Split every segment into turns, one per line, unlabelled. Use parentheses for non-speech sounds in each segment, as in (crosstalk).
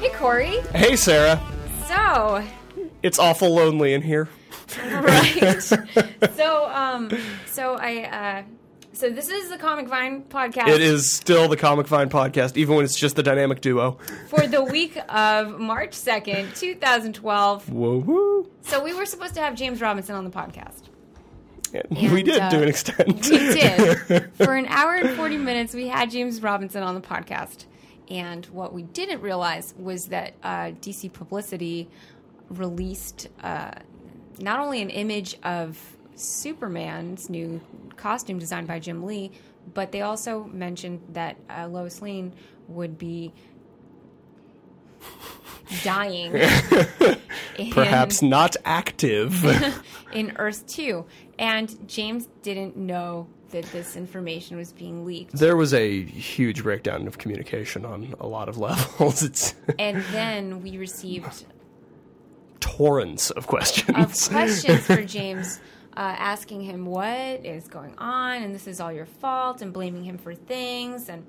Hey, Corey.
Hey, Sarah.
So, (laughs)
It's awful lonely in here.
right. so, um, so I, uh, so this is the Comic Vine podcast.
It is still the Comic Vine podcast, even when it's just the dynamic duo.
for the week of March second, two thousand twelve.
Whoa, woo.
So we were supposed to have James Robinson on the podcast.
we did
uh,
to an extent.
We
(laughs)
did. For an hour and 40 minutes, we had James Robinson on the podcast. And what we didn't realize was that uh, DC Publicity released uh, not only an image of Superman's new costume designed by Jim Lee, but they also mentioned that uh, Lois Lane would be dying. in-
Perhaps not
(laughs)
active.
in Earth 2. And James didn't know that this information was being leaked.
there was a huge breakdown of communication on a lot of levels. (laughs) It's
And then we received
torrents of questions.
of
(laughs)
questions for James uh, asking him what is going on and this is all your fault and blaming him for things. And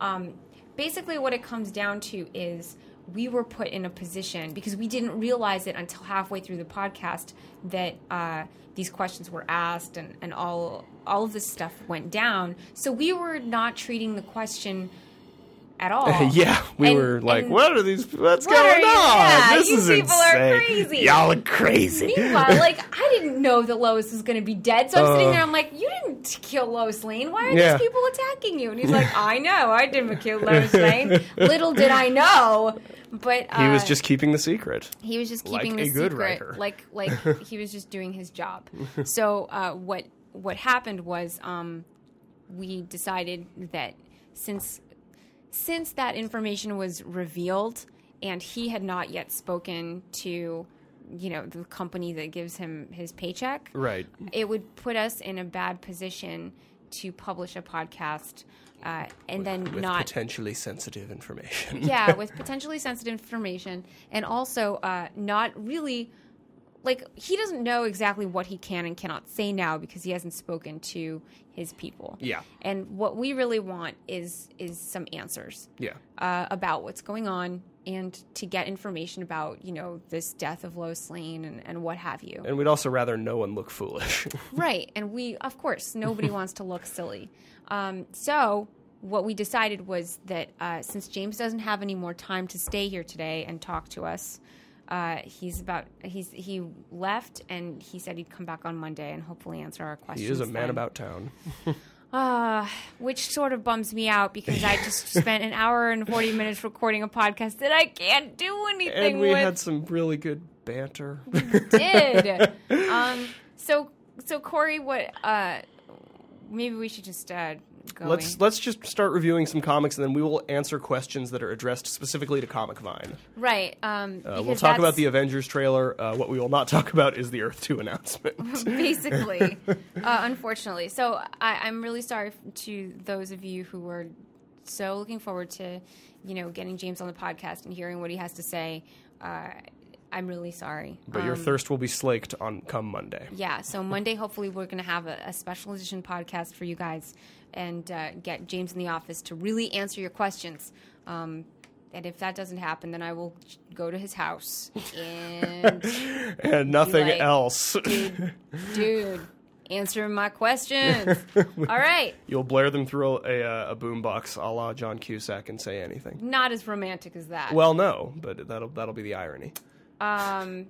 um, basically, what it comes down to is we were put in a position because we didn't realize it until halfway through the podcast that uh, these questions were asked and, and all all of this stuff went down. So we were not treating the question at all.
yeah, we
And-
were like,
and-
"What are these? What's
What are
going
you-
on?
yeah,
this
you
is
people
insane.
are crazy."
Y'all are (laughs) crazy."
Meanwhile, like I didn't know that Lois was going to be dead, so I'm sitting
Uh.
there. I'm like, "You didn't kill Lois Lane. Why are
Yeah.
these people attacking you?" And he's like, "I know, I didn't kill Lois
(laughs)
Lane. Little did I know." But uh,
he was just keeping the secret.
he was just
like
keeping
a
the
good
secret,
writer.
like like
(laughs)
he was just doing his job. So uh, what what happened was um, we decided that since since that information was revealed and he had not yet spoken to you know the company that gives him his paycheck
Right.
it would put us in a bad position to publish a podcast uh, and then
With
not
potentially sensitive information.
yeah, with potentially sensitive information, and also uh, not really like he doesn't know exactly what he can and cannot say now because he hasn't spoken to his people.
Yeah.
and what we really want is is some answers
(laughs) Yeah.
uh, about what's going on and to get information about you know this death of Lois Lane and, and what have you.
And we'd also rather no one look foolish. (laughs)
Right. And we, of course, nobody wants to look silly. Um, so what we decided was that uh, since James doesn't have any more time to stay here today and talk to us, uh, he's about he's he left and he said he'd come back on Monday and hopefully answer our
he
questions.
is a man
then.
about town.
Uh, which sort of bums me out because I just
(laughs)
spent an hour and forty minutes recording a podcast that I can't do anything
And we
with.
had some really good
(laughs)
banter. (laughs)
did. um, so so Corey, what? Uh, maybe we should just uh, go.
let's
in.
let's just start reviewing some comics, and then we will answer questions that are addressed specifically to Comic Vine.
right. Um,
Uh, we'll
because
talk about
that's (laughs)
the Avengers trailer. Uh, what we will not (laughs) talk about is the Earth
(laughs)
Two announcement. (laughs)
basically, uh, unfortunately. So I, I'm really sorry f- to those of you who were so looking forward to, you know, getting James on the podcast and hearing what he has to say. Uh, I'm really sorry.
But your
Um,
thirst will be slaked on come Monday. (laughs)
Yeah, so Monday, hopefully, we're going to have a, a special edition podcast for you guys and uh, get James in the office to really answer your questions. Um, and if that doesn't happen, then I will go to his
(laughs)
house and,
and nothing
like-
else. (laughs)
dude, answer my
(laughs)
questions. All right.
You'll blare them through a, a, a boombox, a la John Cusack, and say anything.
Not as romantic as that.
Well, no, but that'll that'll be the irony.
Um,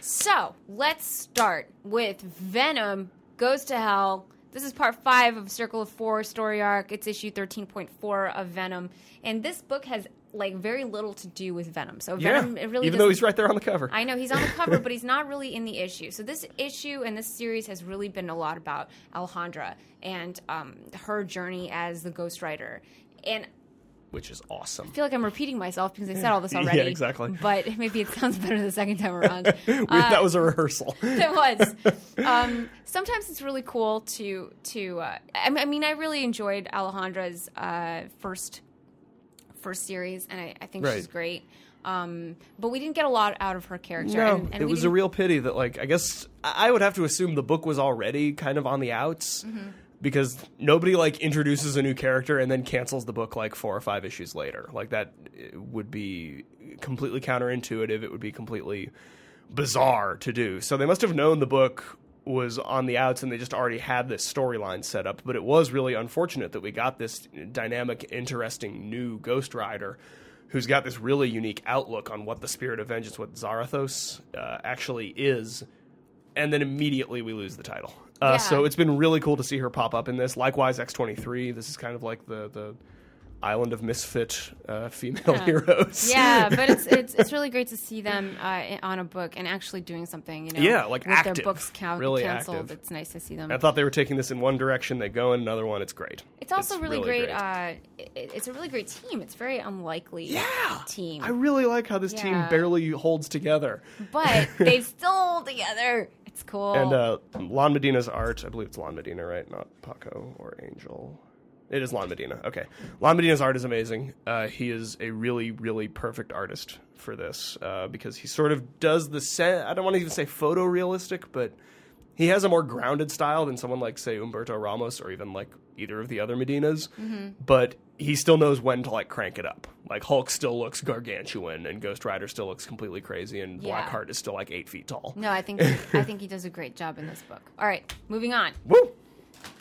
so let's start with Venom Goes to Hell. This is part five of Circle of Four story arc. It's issue 13.4 of Venom. And this book has like very little to do with Venom. So Venom,
yeah,
it really
even though
doesn't-
he's right there on the cover.
I know he's on the cover,
(laughs)
but he's not really in the issue. So this issue and this series has really been a lot about Alejandra and um, her journey as the Ghost Rider. And
which is awesome.
I feel like I'm repeating myself because I said
(laughs)
all this already.
exactly.
But (laughs) maybe it sounds better the second time around.
(laughs) We-
Uh,
that was a rehearsal.
it
(laughs)
was. Um, sometimes it's really cool to to. Uh, I, m- I mean, I really enjoyed Alejandra's uh, first first series, and I, I think she's
Right.
great. Um, but we didn't get a lot out of her character.
No,
and, and
it
we
was a
didn't-
real pity that, like, I guess I I would have to assume the book was already kind of on the outs
Mm-hmm.
because nobody like introduces a new character and then cancels the book like four or five issues later. Like that eh, would be completely counterintuitive. It would be completely bizarre to do. So they must have known the book was on the outs and they just already had this storyline set up. But it was really unfortunate that we got this dynamic, interesting new Ghost Rider who's got this really unique outlook on what the spirit of vengeance, what Zarathos uh, actually is. And then immediately we lose the title. Uh,
Yeah.
So it's been really cool to see her pop up in this. Likewise, X23. This is kind of like the, the island of misfit uh, female
(laughs)
heroes.
yeah, but it's it's it's really great to see them uh, i- on a book and actually doing something. You know,
Yeah, like
with
active,
their books cou-
really
canceled,
active.
it's nice to see them.
(laughs) I thought they were taking this in one direction. They go in another one. It's great.
It's also really, great. Uh, i- it's a really great team. It's a very unlikely
Yeah.
team,
I really like how this team
Yeah.
barely holds together.
but
(laughs)
they still together. It's cool.
And uh, Lon Medina's art, I believe it's Lon Medina, right? Not Paco or Angel. It is Lon Medina. Okay. Lon Medina's art is amazing. Uh, he is a really, really perfect artist for this uh, because he sort of does the set. I don't want to even say photorealistic, but he has a more grounded style than someone like, say, Umberto Ramos or even like either of the other Medinas.
Mm-hmm.
But he still knows when to like crank it up. Like Hulk still looks gargantuan and Ghost Rider still looks completely crazy and
Yeah.
Blackheart is still like eight feet tall.
no, I think he, I think he does a great job in this book. All right, moving on.
Woo!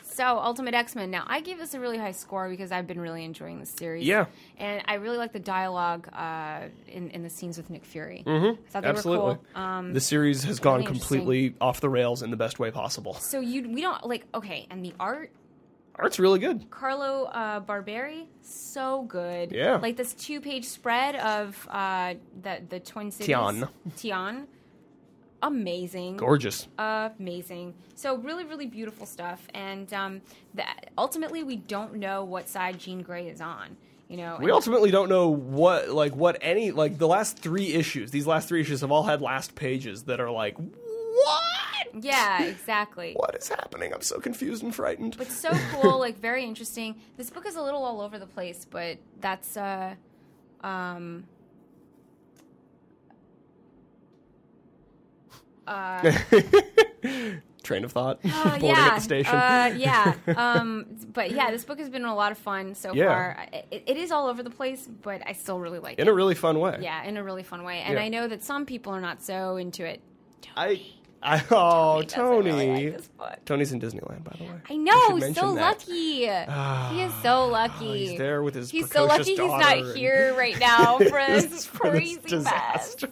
So, Ultimate X Men. Now, I gave this a really high score because I've been really enjoying this series.
Yeah.
and I really like the dialogue uh, in in the scenes with Nick Fury. I thought they were
Mm-hmm. Absolutely.
cool. Um,
the series has gone
really interesting.
completely off the rails in the best way possible.
so you we don't like okay, and the art
Art's really good.
Carlo uh, Barberi, so good.
Yeah.
Like this two page spread of uh, the the Twin Cities.
Tian.
Tian. Amazing.
Gorgeous.
Amazing. So really, really beautiful stuff. And um, that ultimately, we don't know what side Jean Grey is on. You know.
We ultimately don't know what like what any like the last 3 issues. These last 3 issues have all had last pages that are like what?
yeah, exactly.
What is happening? I'm so confused and frightened.
But so cool, like very interesting. This book is a little all over the place, but that's uh um
(laughs) Train of thought.
Oh,
(laughs) Boarding
yeah.
at the station.
Uh,
(laughs)
yeah. Um, but yeah, this book has been a lot of fun so
Yeah.
far. I- It, it is all over the place, but I still really like
in
it.
a really fun way.
yeah, in a really fun way. And
Yeah.
I know that some people are not so into it.
I I oh,
He doesn't
Tony.
really like this book.
Tony's in Disneyland, by the way.
I
We should
know, he's
mention
so
that.
lucky. he is so lucky.
(sighs) he's there with his
He's so
precocious
lucky he's
daughter
not
and-
here right
(laughs)
now for this
for this
crazy mess.
disaster.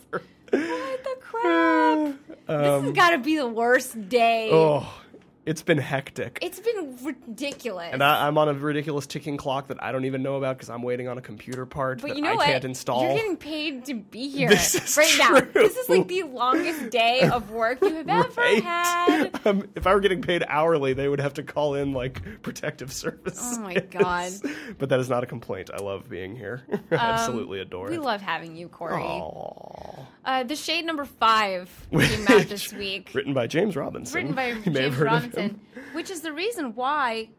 What the crap? this has got to be the worst day.
Um, Oh, it's been hectic.
It's been ridiculous.
and I, I'm on a ridiculous ticking clock that I don't even know about because I'm waiting on a computer part
But
that
you know
I
what?
can't install.
You're getting paid to be here
This is
right now.
true.
This is like the longest day of work you have ever
(laughs) Right?
had.
(laughs) Um, if I were getting paid hourly, they would have to call in like protective service.
Oh
(laughs)
my God. Um,
but that is not a complaint. I love being here. (laughs) I Absolutely adore
We
it.
love having you, Corey.
Aw.
Uh, the Shade number five came out
(laughs)
this week,
Written by James Robinson.
written by
(laughs) You may have
James
heard of him.
Robinson, which is the reason why.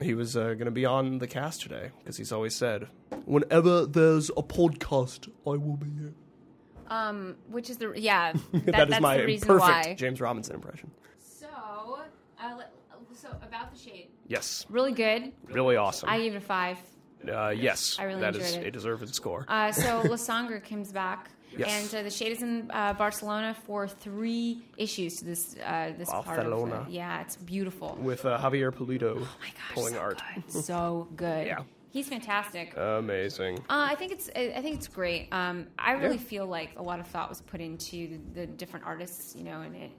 He was uh, going to be on the cast today because he's always said, "Whenever there's a podcast, I will be here."
Um, which is the yeah. That,
(laughs) that is
that's
my
the reason
perfect
why.
James Robinson impression.
So, uh, le- so about the Shade,
Yes,
really good.
really awesome.
I gave it a five.
uh, yes,
I really
that
enjoyed
is
it.
a deserved score.
Uh, so
(laughs)
Lasangre comes back,
Yes.
and uh, the Shade is in uh, Barcelona for three issues. To this uh, this part
Barcelona.
of the, yeah, it's beautiful.
with uh, Javier Pulido
Oh my gosh,
pulling
so
art,
good.
(laughs)
so good.
Yeah.
he's fantastic. Uh,
amazing.
I think it's I I think it's great. Um, I really
Yeah.
feel like a lot of thought was put into the, the different artists, you know, and it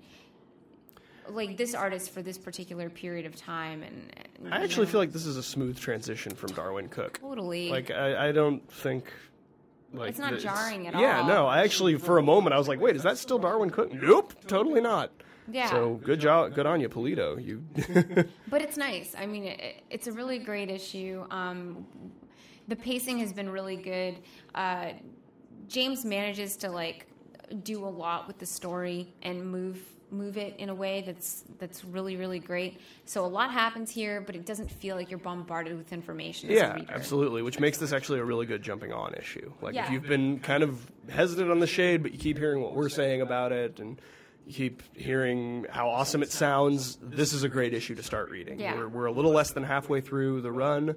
like this artist for this particular period of time, and, and,
I
you
actually
know,
feel like this is a smooth transition from Darwin Cook.
totally
Like I, I don't think. Like,
It's not
that
jarring at
yeah,
all.
no. I actually, for a moment, I was like, "Wait, is that still Darwin Cook?" Nope, totally not.
Yeah.
So good job, good on you, Polito. You
But it's nice. I mean, it, it's a really great issue. Um, the pacing has been really good. Uh, James manages to like do a lot with the story and move move it in a way that's that's really really great. So a lot happens here, but it doesn't feel like you're bombarded with information. As a
Yeah,
reader.
absolutely. Which makes this actually a really good jumping on issue. Like
Yeah.
if you've been kind of hesitant on the shade, but you keep hearing what we're saying about it, and you keep hearing how awesome it sounds, this is a great issue to start reading.
Yeah.
We're we're a little less than halfway through the run,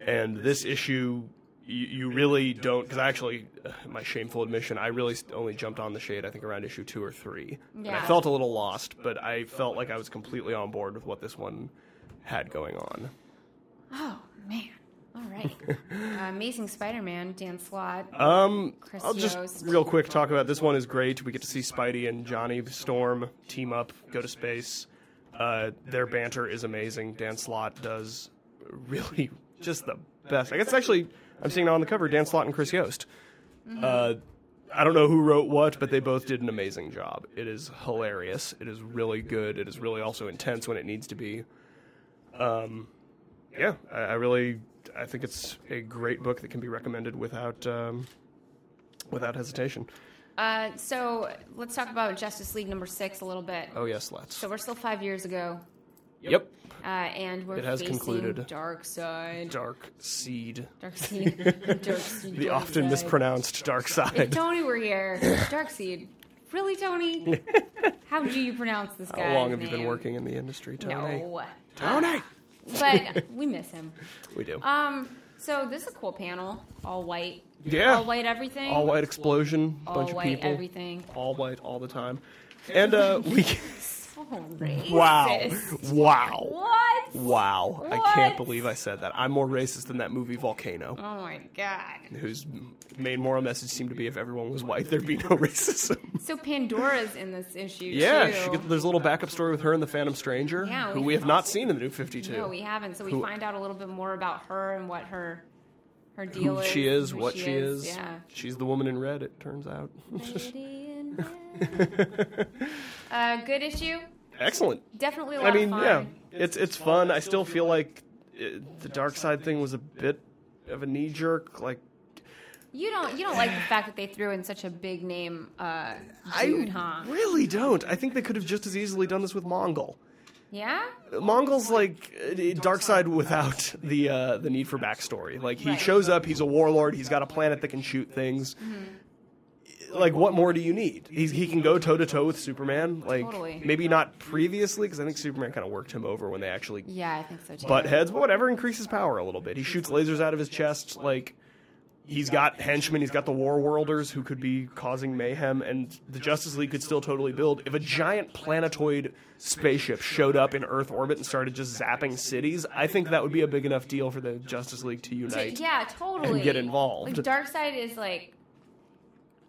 and this issue you, you really don't because actually uh, my shameful admission i really st- only jumped on the shade i think around issue two or three and i
Yeah.
felt a little lost but i felt like i was completely on board with what this one had going on
Oh man! All
(laughs)
right, uh, Amazing Spider-Man, Dan Slott.
um
Chris
i'll just
Yost.
real quick talk about this one is great we get to see spidey and johnny storm team up go to space uh, their banter is amazing dan slot does really (laughs) just the best i guess actually i'm seeing it on the cover dan slot and chris yost
Mm-hmm.
Uh, I don't know who wrote what, but they both did an amazing job. It is hilarious. It is really good. It is really also intense when it needs to be. Um, yeah, I, I really, I think it's a great book that can be recommended without, um, without hesitation.
Uh, so let's talk about Justice League number six a little bit.
Oh yes, let's.
So we're still five years ago,
Yep.
uh, and we're
It has
facing
concluded.
Dark Side,
Dark Seed,
Dark Seed,
(laughs)
Dark Seed.
the
Dark
often
Side.
mispronounced Dark
If
Side.
Tony were here, Dark Seed. Really,
(laughs)
Tony? How do you pronounce this guy?
How long have you been working in the industry, Tony?
No,
Tony,
(laughs) but we miss him.
we do.
Um, so this is a cool panel, all white,
yeah.
all white everything,
All white explosion,
all
bunch
white
of people.
everything.
all white all the time. And
(laughs)
uh, we
So Oh, racist.
wow, wow,
What?
wow! I can't
What?
believe I said that. I'm more racist than that movie Volcano,
Oh my god.
whose main moral message seemed to be if everyone was white, there'd be no (laughs) racism.
So Pandora's in this issue
yeah,
too.
she gets, there's a little backup story with her and the Phantom Stranger,
Yeah,
who
we-
we have not seen in the New Fifty Two.
no, we haven't. So we
Who-
find out a little bit more about her and what her her deal
who
is.
she is,
who
what she is.
Yeah.
She's the woman in red. It turns out. (laughs)
Lady in red. uh, good issue.
Excellent.
Definitely a lot
I mean,
of fun.
yeah, it's it's fun. I still feel like uh the dark side thing was a bit of a knee jerk. Like
You don't you don't like the fact that they threw in such a big name uh, dude,
I
huh?
really don't. I think they could have just as easily done this with Mongol.
Yeah.
Mongol's like uh, dark side without the uh, the need for backstory. Like he
Right.
shows up, he's a warlord, he's got a planet that can shoot things.
Mm-hmm.
Like what more do you need? He's, he can go toe to toe with Superman. Like
Totally.
maybe not previously because I think Superman kind of worked him over when they actually
Yeah, I think so too.
butt heads, but whatever increases power a little bit. He shoots lasers out of his chest. Like he's got henchmen, he's got the war worlders who could be causing mayhem, and the Justice League could still totally build. If a giant planetoid spaceship showed up in Earth orbit and started just zapping cities, I think that would be a big enough deal for the Justice League to
To-
unite.
yeah, totally.
get involved.
Like dark side is like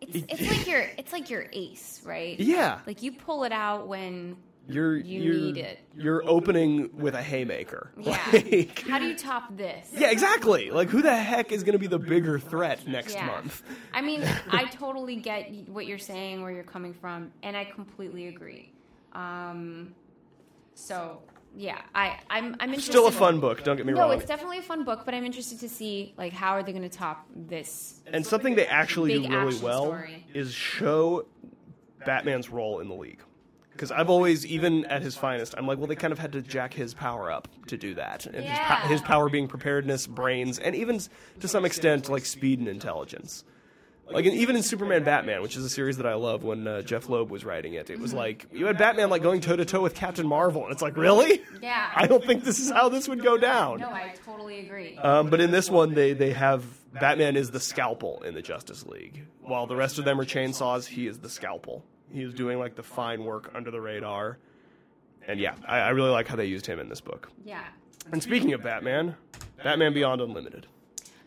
it's, it's like your it's like your ace, right?
Yeah.
Like you pull it out when
You're
You
you're,
need it.
You're opening with a haymaker.
yeah.
(laughs) Like-
How do you top this?
yeah, exactly. Like who the heck is going to be the bigger threat next
Yeah.
month?
I
(laughs)
mean, I totally get what you're saying, where you're coming from, and I completely agree. Um, so yeah, I I'm I'm interested.
Still a fun book, don't get me
No,
wrong.
it's definitely a fun book, but I'm interested to see like how are they going to top this?
and something they actually do
Big
really
action
well
story.
is show Batman's role in the league. Because I've always, even at his finest, I'm like, well, they kind of had to jack his power up to do that, and his,
Yeah.
po- his power being preparedness, brains, and even s- to some extent like speed and intelligence. Like in, even in Superman Batman, which is a series that I love, when uh, Jeff Loeb was writing it, it was like you had Batman like going toe to toe with Captain Marvel, and it's like, really? (laughs)
Yeah.
I don't think this is how this would go down.
No, I totally agree.
Um, but in this one, they they have Batman is the scalpel in the Justice League, while the rest of them are chainsaws. He is the scalpel. He is doing like the fine work under the radar, and yeah, I, I really like how they used him in this book.
yeah.
And speaking of Batman, Batman Beyond Unlimited.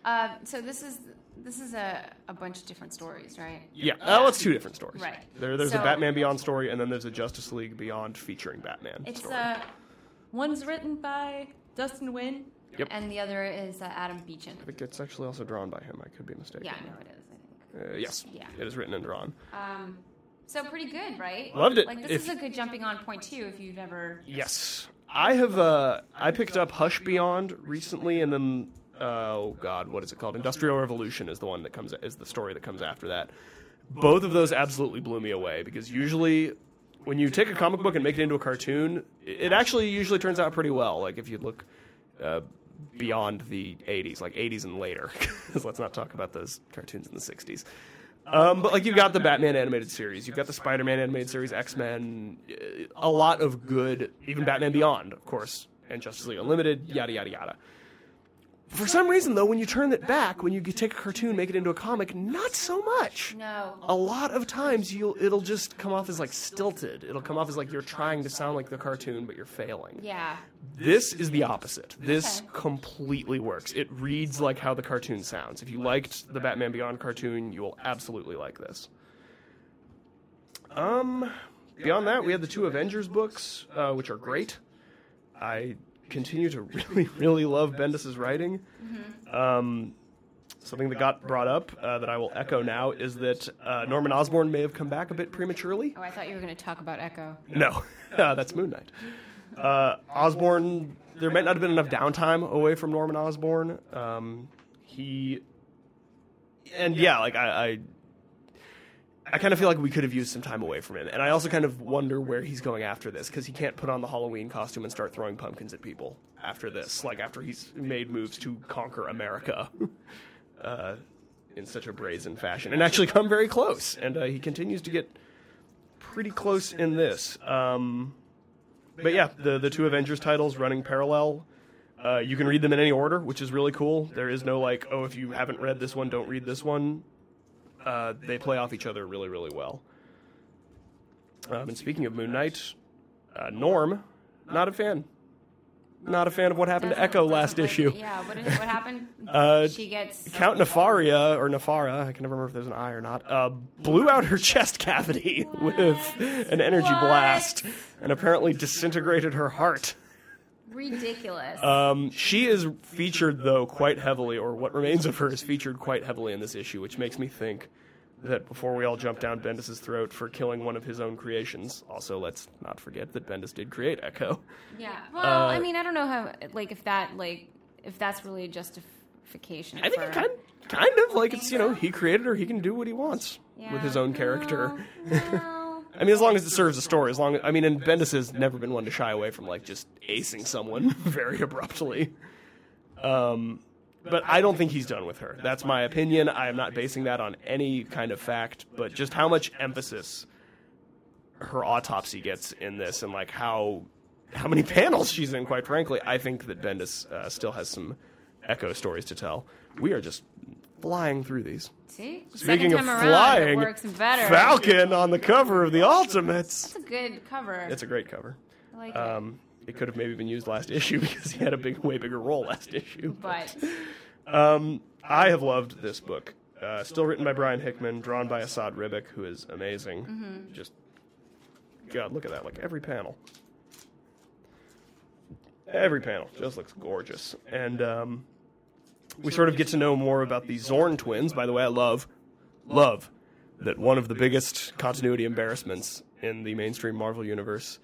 Uh, so this is this is a, a bunch of different stories, right?
Yeah, well, it's two different stories.
Right.
There, there's a
So-
Batman Beyond story, and then there's a Justice League Beyond featuring Batman.
It's
story.
uh, one's written by Dustin Wynn,
Yep.
and the other is uh, Adam Beechin.
I think it's actually also drawn by him. I could be mistaken.
Yeah, I know it is. I think.
Uh, yes.
Yeah.
It is written and drawn.
Um, so pretty good, right?
Loved it.
Like this
If-
is a good jumping on point too. If you've never,
Yes, I have. Uh, I picked up Hush Beyond recently, and then uh, oh god, what is it called? Industrial Revolution is the one that comes is the story that comes after that. Both of those absolutely blew me away because usually when you take a comic book and make it into a cartoon, it actually usually turns out pretty well. Like if you look uh, beyond the 80s, like 80s and later, (laughs) 'cause let's not talk about those cartoons in the 60s. Um, but like you've got the Batman animated series, you've got the Spider-Man animated series, X-Men, uh, a lot of good, even Batman Beyond, of course, and Justice League Unlimited, yada yada yada. For some reason, though, when you turn it back, when you g- take a cartoon, make it into a comic, not so much.
No.
A lot of times, you'll it'll just come off as like stilted. It'll come off as like you're trying to sound like the cartoon, but you're failing.
Yeah.
This is the opposite. This
Okay.
completely works. It reads like how the cartoon sounds. If you liked the Batman Beyond cartoon, you will absolutely like this. Um, beyond that, we had the two Avengers books, uh, which are great. I continue to (laughs) really, really love Bendis's writing. Um, something that got brought up uh, that I will echo now is that uh, Norman Osborn may have come back a bit prematurely.
Oh, I thought you were going to talk about Echo.
No, (laughs) Uh, that's Moon Knight. Uh, Osborne, there might not have been enough downtime away from Norman Osborn. Um, he, and yeah, like I, I, I kind of feel like we could have used some time away from him, and I also kind of wonder where he's going after this because he can't put on the Halloween costume and start throwing pumpkins at people after this. Like after he's made moves to conquer America. (laughs) Uh, in such a brazen fashion, and actually come very close. And uh, he continues to get pretty close in this. Um, but yeah, the the two Avengers titles running parallel. Uh, you can read them in any order, which is really cool. There is no like, oh, if you haven't read this one, don't read this one. Uh, they play off each other really, really well. Um, and speaking of Moon Knight, uh, Norm, not a fan. Not a fan of what happened to
Doesn't-
Echo
doesn't
last
like-
issue.
Yeah. What, is, what happened?
(laughs) Uh,
she gets.
Count Nefaria or Nefara, I can never remember if there's an I or not, uh, blew out her (laughs) chest cavity (laughs) with an energy
What?
blast and apparently disintegrated her heart.
ridiculous.
Um, she is featured, though, quite heavily, or what remains of her is featured quite heavily in this issue, which makes me think that before we all jump down Bendis' throat for killing one of his own creations, also let's not forget that Bendis did create Echo.
yeah. Well,
uh,
I mean, I don't know how. Like, if that, like, if that's really a justification.
I think
for,
it kind, kind of like it's, you know, he created her, he can do what he wants with his own character. (laughs)
No,
I mean, as long as it serves the story, as long I mean, and Bendis has never been one to shy away from like just acing someone (laughs) very abruptly. Um, but I don't think he's done with her. That's my opinion. I am not basing that on any kind of fact, but just how much emphasis her autopsy gets in this, and like how how many panels she's in. Quite frankly, I think that Bendis uh, still has some Echo stories to tell. We are just flying through these.
See?
Speaking
Second
of
time around,
flying,
it works better.
Falcon on the cover of the Ultimates.
It's a good cover.
It's a great cover.
I like it.
Um, it could have maybe been used last (laughs) issue because he had a big, way bigger role last issue. (laughs)
But
Um, I have loved this book. Uh, still written by Brian Hickman, drawn by Assad Ribic, who is amazing.
Mm-hmm.
Just, God, look at that! Like every panel, every panel just looks gorgeous. And um, we sort of get to know more about the Zorn twins. By the way, I love, love that one of the biggest continuity embarrassments in the mainstream Marvel universe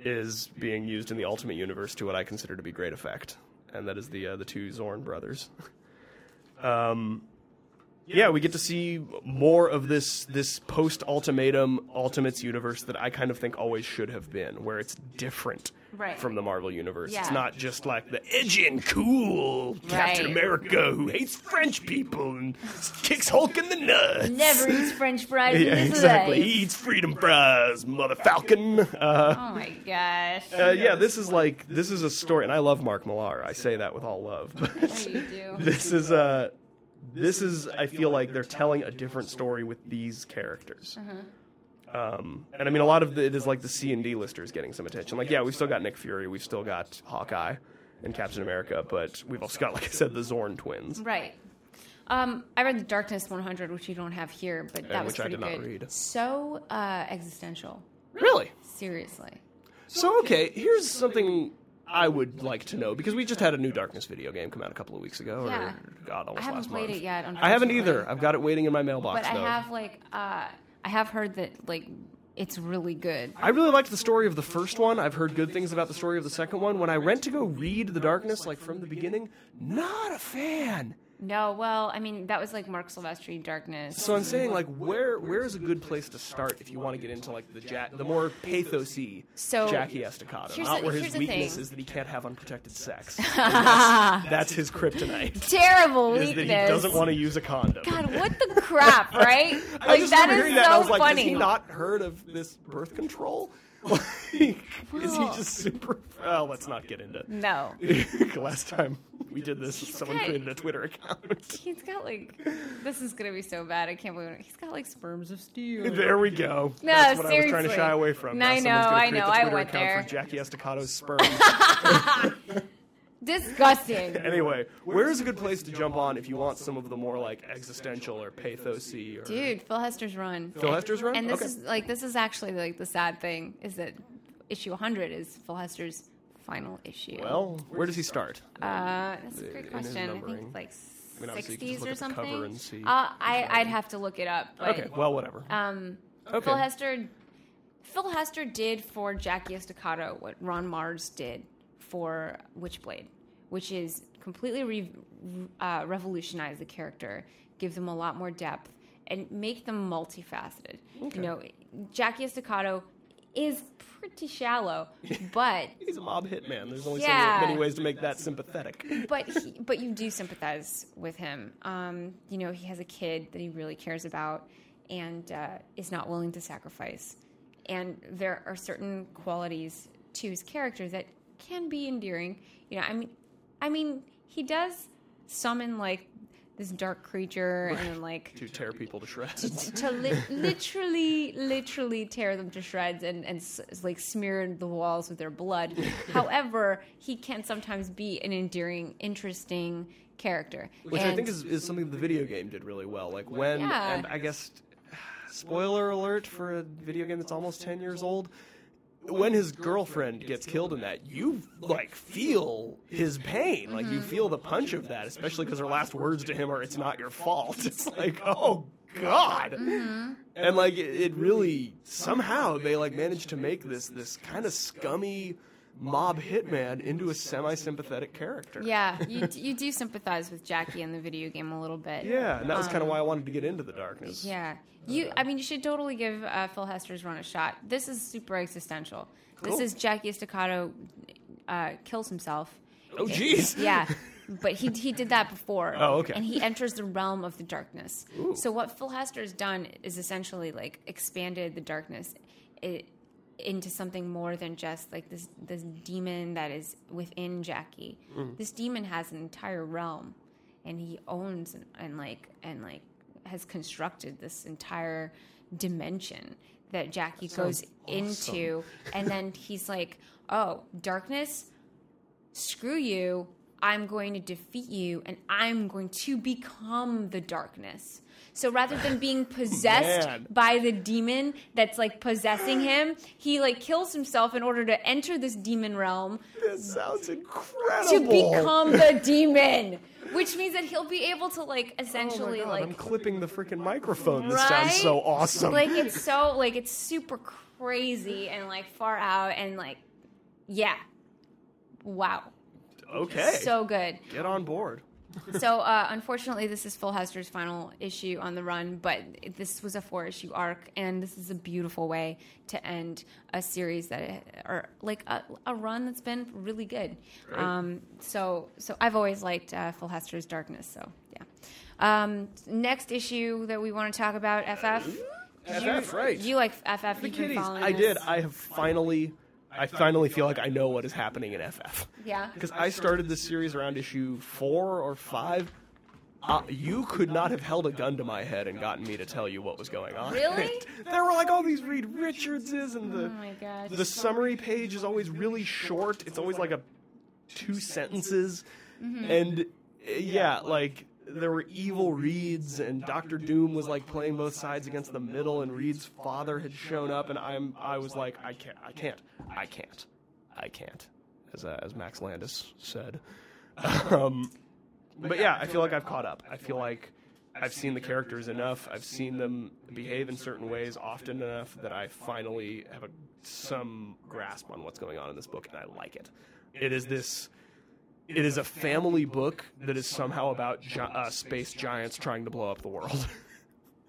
is being used in the Ultimate Universe to what I consider to be great effect, and that is the uh, the two Zorn brothers. (laughs) um, yeah, we get to see more of this this post Ultimatum Ultimates universe that I kind of think always should have been, where it's different
Right.
from the Marvel universe. It's
Yeah.
not just like the edgy and cool Captain
Right.
America who hates French people and kicks Hulk in the nuts. (laughs)
never eats French fries
Yeah,
in his
exactly.
life.
He eats freedom fries, mother falcon. Uh,
Oh my gosh.
uh, yeah, this is like this is a story, and I love Mark Millar. I say that with all love. (laughs) But
you do.
(laughs) this is uh, this is I feel like they're telling a different story with these characters.
Uh-huh.
Um, and I mean, a lot of the, it is like the C and D listers getting some attention. Like, yeah, we've still got Nick Fury, we've still got Hawkeye and Captain America, but we've also got, like I said, the Zorn twins.
Right. Um, I read the Darkness 100, which you don't have here, but that was
which I
pretty
did not
good.
read.
So uh, existential.
Really?
Seriously.
So okay, here's something I would like to know because we just had a new Darkness video game come out a couple of weeks ago. Or,
Yeah.
God, almost
I haven't
last
played
month.
it yet,
I haven't either.
unfortunately.
I've got it waiting in my mailbox.
But I
though.
have like uh, I have heard that like it's really good.
I really liked the story of the first one. I've heard good things about the story of the second one. When I went to go read The Darkness, like from the beginning, not a fan.
No, well, I mean that was like Mark Silvestri Darkness.
So I'm saying, like, where where is a good place to start if you want to get into like the ja- the more pathosy
So-
Jackie Estacado,
Here's
not
the-
where his
here's the
weakness
thing.
is that he can't have unprotected
(laughs)
sex. And that's, that's his kryptonite.
Terrible
is that
weakness.
he doesn't want to use a condom.
God, what the crap, right?
(laughs) I
like
just
that
remember
is
hearing
so
that and I was like,
funny.
Has he not heard of this birth control? (laughs) Like, is he just super? Oh, let's not get into.
No.
(laughs) Last time we did this, someone
okay.
created a Twitter account.
He's got like, this is gonna be so bad. I can't believe it. He's got like
(laughs)
sperms of steel.
there we go.
No,
That's what I was trying to
seriously.
shy away from. Now
I
someone's
know,
gonna
I
create
know,
the
I
Twitter
went
account
there.
For
(laughs)
Jackie Estacato's sperm.
Disgusting.
Anyway, where is a good place to jump on if you want some of the more like existential or pathosy or
Dude, Phil Hester's run.
Phil Hester's run?
And this
Okay.
is like this is actually like the sad thing is that issue 100 is Phil Hester's final issue.
Well, where does he start?
uh, that's a great
his
question. I think
numbering.
it's like
I mean, obviously, you can
60s
just look
or
at the cover
something.
and see.
Uh, I I'd have to look it up. But,
okay, well, whatever.
Um,
Okay.
Phil Hester. Phil Hester did for Jackie Estacado what Ron Mars did for Witchblade, which is completely re- uh, revolutionize the character, give them a lot more depth, and make them multifaceted. You know, Jackie Estacado is pretty shallow, but
He's a mob hitman. There's only
Yeah.
so many ways to make that sympathetic. (laughs)
but he, but you do sympathize with him. Um, you know, he has a kid that he really cares about and uh, is not willing to sacrifice. And there are certain qualities to his character that can be endearing. You know, I mean, I mean, he does summon like this dark creature and then like
To tear people to shreds.
to li- literally, literally tear them to shreds and, and s- like smear the walls with their blood.
(laughs)
However, he can sometimes be an endearing, interesting character.
Which I
And-
think is, is something the video game did really well. Like when,
Yeah.
and I guess, spoiler alert for a video game that's almost 10 years old. When his girlfriend gets killed in that, you like feel his pain. Like
Mm-hmm.
you feel the punch of that, especially because her last words to him are, "It's not your fault." (laughs) It's like, oh god.
Mm-hmm.
And like it, it really somehow they like managed to make this this kind of scummy mob hitman into a semi-sympathetic character.
yeah, you, d- you do sympathize with Jackie in the video game a little bit.
Yeah, and that was kind of why I wanted to get into the darkness.
Um, Yeah, you. I mean, you should totally give uh, Phil Hester's run a shot. This is super existential. This
Cool.
is Jackie Staccato uh, kills himself.
Oh, jeez.
(laughs) Yeah, but he he did that before.
Oh, okay.
And he enters the realm of the darkness. So what Phil Hester has done is essentially like expanded the darkness i into something more than just like this this demon that is within Jackie.
Mm.
This demon has an entire realm, and he owns and, and like and like has constructed this entire dimension that Jackie goes into, and then he's like, "Oh, darkness." screw you. I'm going to defeat you and I'm going to become the darkness. So rather than
(laughs)
being possessed
Man.
by the demon that's like possessing him, he like kills himself in order to enter this demon realm
This sounds
to
incredible.
become
(laughs)
the demon, which means that he'll be able to like
Oh my
essentially
God,
like
I'm clipping the freaking microphone. This
Right?
sounds so awesome.
like it's so like it's super crazy and like far out and like yeah. Wow.
okay.
So good.
get on board.
so uh, unfortunately, this is Phil Hester's final issue on the run, but this was a four-issue arc, and this is a beautiful way to end a series that, or like a, a run that's been really good. Um, so, so I've always liked uh, Phil Hester's Darkness. So, yeah. Um, next issue that we want to talk about, FF.
FF, right.
You like FF?
The
You've been
kitties.
following
I
this.
did. I have finally. I finally feel like I know what is happening in FF.
Yeah.
Because I started this series around issue four or five. Uh, you could not have held a gun to my head and gotten me to tell you what was going on.
Really?
(laughs) there were like all these Reed Richardses and the
Oh my god.
the summary page is always really short. It's always like a two sentences,
Mm-hmm.
and uh, yeah, like there were evil reeds, and Doctor Doom was like playing both sides against the middle, and Reed's father had shown up, and I'm I was like I can't I can't I can't I can't, as uh, as Max Landis said. Um, but yeah, I feel like I've caught up. I feel like I've seen the characters enough. I've seen them behave in certain ways often enough that I finally have a, some grasp on what's going on in this book, and I like it. It is this. It is a family book that is somehow about gi- uh, space giants trying to blow up the world. (laughs)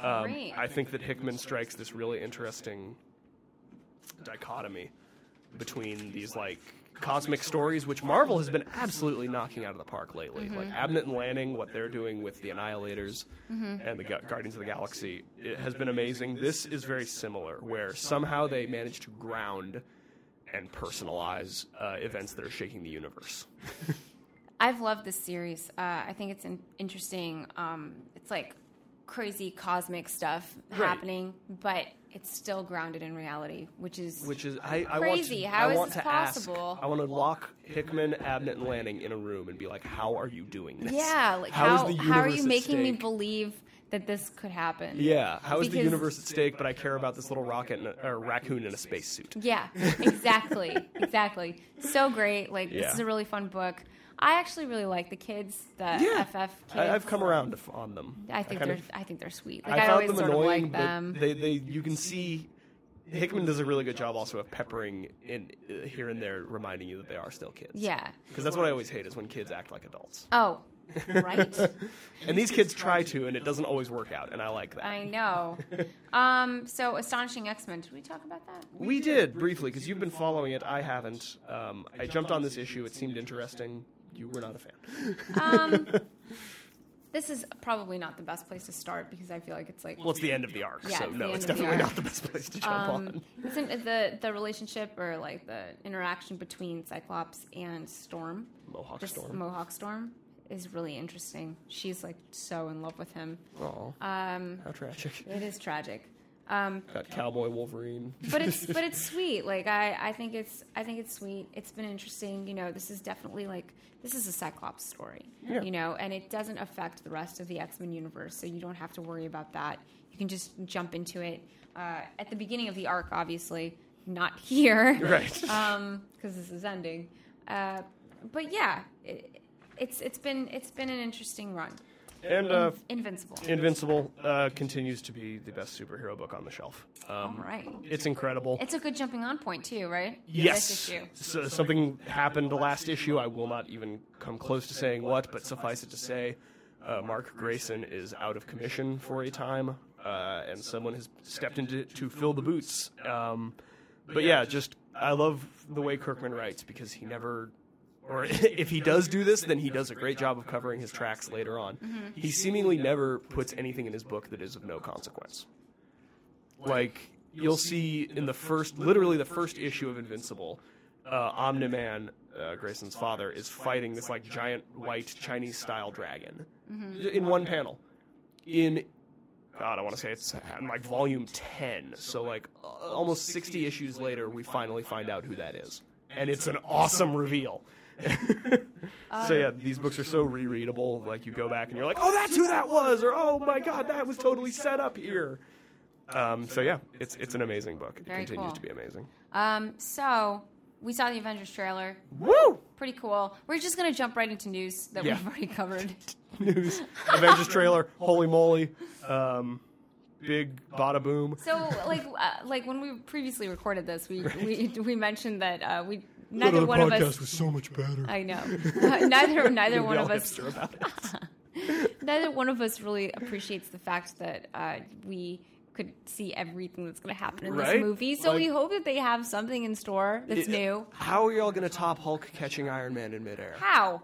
Um,
Great.
I think that Hickman strikes this really interesting dichotomy between these like cosmic stories, which Marvel has been absolutely knocking out of the park lately. Like Abnett and Lanning, what they're doing with the Annihilators and the Gu- Guardians of the Galaxy, it has been amazing. This is very similar, where somehow they managed to ground and personalize uh, events that are shaking the universe.
I've loved this series. Uh, I think it's in- interesting. Um, it's like crazy cosmic stuff
Right.
happening, but it's still grounded in reality, which is
Which is I, I
Crazy.
Want to,
How
I
is
want
this
to
possible?
Ask, I want to lock Hickman, Abnett, and Lanning in a room and be like, "How are you doing this?
yeah. Like
How
how
is
how,
the
are
universe
you
at
making me
stake?
believe that this could happen?
Yeah, how is the
Because-
universe at stake? But I care about this little rocket and a, or raccoon in a spacesuit.
Yeah,
(laughs)
exactly, exactly. So great. Like
Yeah.
this is a really fun book. I actually really like the kids, the FF kids.
I, I've come around f- on them.
I think
kind
they're
of-
I think they're sweet.
I
Like I,
found
always
them
sort
annoying,
of like
but
them.
they they you can see. Hickman does a really good job also of peppering in uh, here and there, reminding you that they are still kids.
yeah.
because that's what I always hate is when kids act like adults. (laughs)
Oh, right.
And these kids try to, and it doesn't always work out, and I like that.
I
(laughs)
know. Um, so astonishing X Men. Did we talk about that?
We did briefly because you've been following it. I haven't. Um, I jumped on this issue. It seemed interesting. You were not a fan.
Um,
(laughs)
This is probably not the best place to start because I feel like it's like
Well, it's the end of the arc,
Yeah,
so
it's
no,
the
it's
end of the
definitely
arc. Um,
not the best place to jump on.
isn't it the the relationship or like the interaction between Cyclops and Storm.
Mohawk
This
Storm.
Mohawk Storm is really interesting. She's like so in love with him.
Oh,
Um,
how tragic!
it is tragic. Um,
Got Cowboy Wolverine.
but it's but it's sweet. Like I, I think it's I think it's sweet. It's been interesting. You know, this is definitely like this is a Cyclops story.
Yeah.
You know, and it doesn't affect the rest of the X Men universe, so you don't have to worry about that. You can just jump into it uh, at the beginning of the arc, obviously not here,
(laughs) Right.
Um, because this is ending. Uh, but yeah, it, it's it's been it's been an interesting run.
And uh,
Invincible.
Invincible uh, continues to be the best superhero book on the shelf. Um,
All right.
It's incredible.
It's a good jumping on point too, right? This
Yes,
issue.
so something happened last issue. I will not even come close to saying what, but suffice it to say, uh, Mark Grayson is out of commission for a time, uh, and someone has stepped into to fill the boots. Um, but yeah, just I love the way Kirkman writes because he never. Or (laughs) if he does do this, then he does a great job of covering his tracks later on. He seemingly never puts anything in his book that is of no consequence like you'll see in the first literally the first issue of invincible uh, omniman uh, grayson's father is fighting this like giant white chinese style dragon in one panel in god i want to say it's in, like volume 10 so like uh, almost 60 issues later we finally find out who that is and it's an awesome reveal (laughs) so yeah, these books are so rereadable. Like you go back and you're like, oh, that's who that was, or oh my god, that was totally set up here. Um, so yeah, it's it's an amazing book. It
Very
continues
cool.
to be amazing.
Um, so we saw the Avengers trailer.
Woo! (laughs)
Pretty cool. We're just gonna jump right into news that
Yeah.
we've already
(laughs)
covered.
News Avengers trailer. Holy moly! Um, big bada boom.
So, like, uh, like when we previously recorded this, we we, we mentioned that uh, we neither one of us.
was so much better.
I know. (laughs) neither
(laughs)
neither one
We all
of us
hipster about it.
neither one of us really appreciates the fact that uh, we could see everything that's going to happen in
Right?
this movie. So we
Like-
hope that they have something in store that's new.
How are y'all gonna top Hulk catching Iron Man in midair?
How?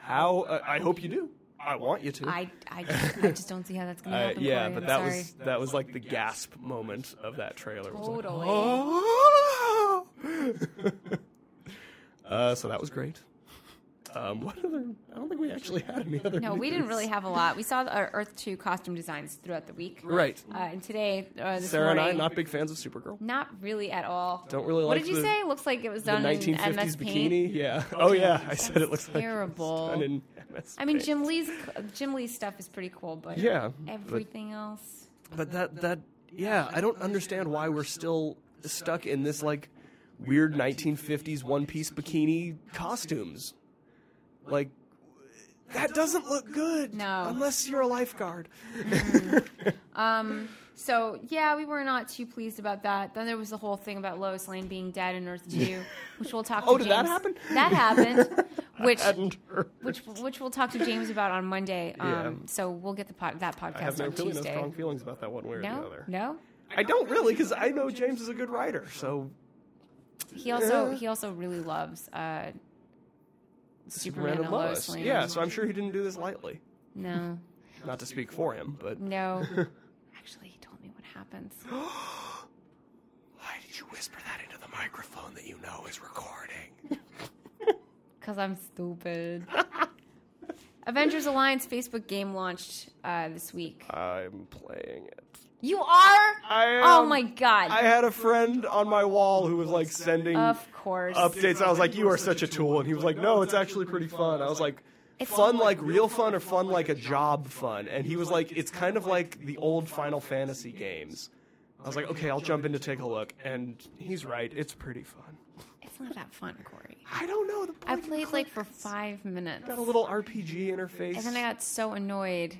How? Uh, I hope you do. I want you to.
I, I, just, I just don't see how that's going to
Uh,
happen.
yeah,
Corey.
but
I'm
that
sorry.
was that was like the gasp moment of that trailer. It was like,
Totally.
"Oh!" (laughs) uh, so that was great. Um, what other? I don't think we actually had any other.
No, we didn't
news.
really have a lot. We saw our Earth 2 costume designs throughout the week.
Right.
Uh, and today, uh, this
Sarah and I
morning,
not big fans of Supergirl.
not really at all.
Don't really
What
like
did you
the-
say? Looks like it was done
the
in
1950s
MS Paint.
bikini. Yeah. Oh yeah. I said it looks
terrible.
like it's done in MS
I mean,
Paint.
Jim Lee's Jim Lee's stuff is pretty cool, but
Yeah, but-
everything else.
But that that yeah, I don't understand why we're still stuck in this like weird 1950s one-piece bikini costumes. Like that doesn't look good.
No.
Unless you're a lifeguard.
So yeah, we were not too pleased about that. Then there was the whole thing about Lois Lane being dead in Earth
(laughs)
Two, which we'll talk.
Oh,
to
did that
James-
happen?
That
(laughs)
happened. Which
Hadn't heard.
which which we'll talk to James about on Monday. Um,
Yeah.
So we'll get the pod, that podcast
I have no,
on
really no
Tuesday.
strong feelings about that one way or the
no,
other.
no.
I don't really cuz I know James is a good writer. So
He also
Yeah.
he also really loves uh, Superman
Superman
and Lois. Lane.
Yeah, so I'm sure he didn't do this lightly.
No,
Not to speak for him, but
no. Actually, he told me what happens.
why did you whisper that into the microphone that you know is recording?
Cause I'm stupid. (laughs) Avengers Alliance Facebook game launched uh, this week.
I'm playing it.
You are?
I
oh
am-
my god!
I had a friend on my wall who was like sending
of course.
updates. I was like, "You are such a tool," and he was like, "No, it's actually pretty fun." I was like, "Fun like real fun or fun like a job fun?" And he was like, "It's kind of like the old Final Fantasy games." I was like, "Okay, I'll jump in to take a look," and he's right. It's pretty fun.
it's not that fun, Corey.
I don't know. The
I
point and
played like
click
for five minutes,
got a little RPG interface.
and then I got so annoyed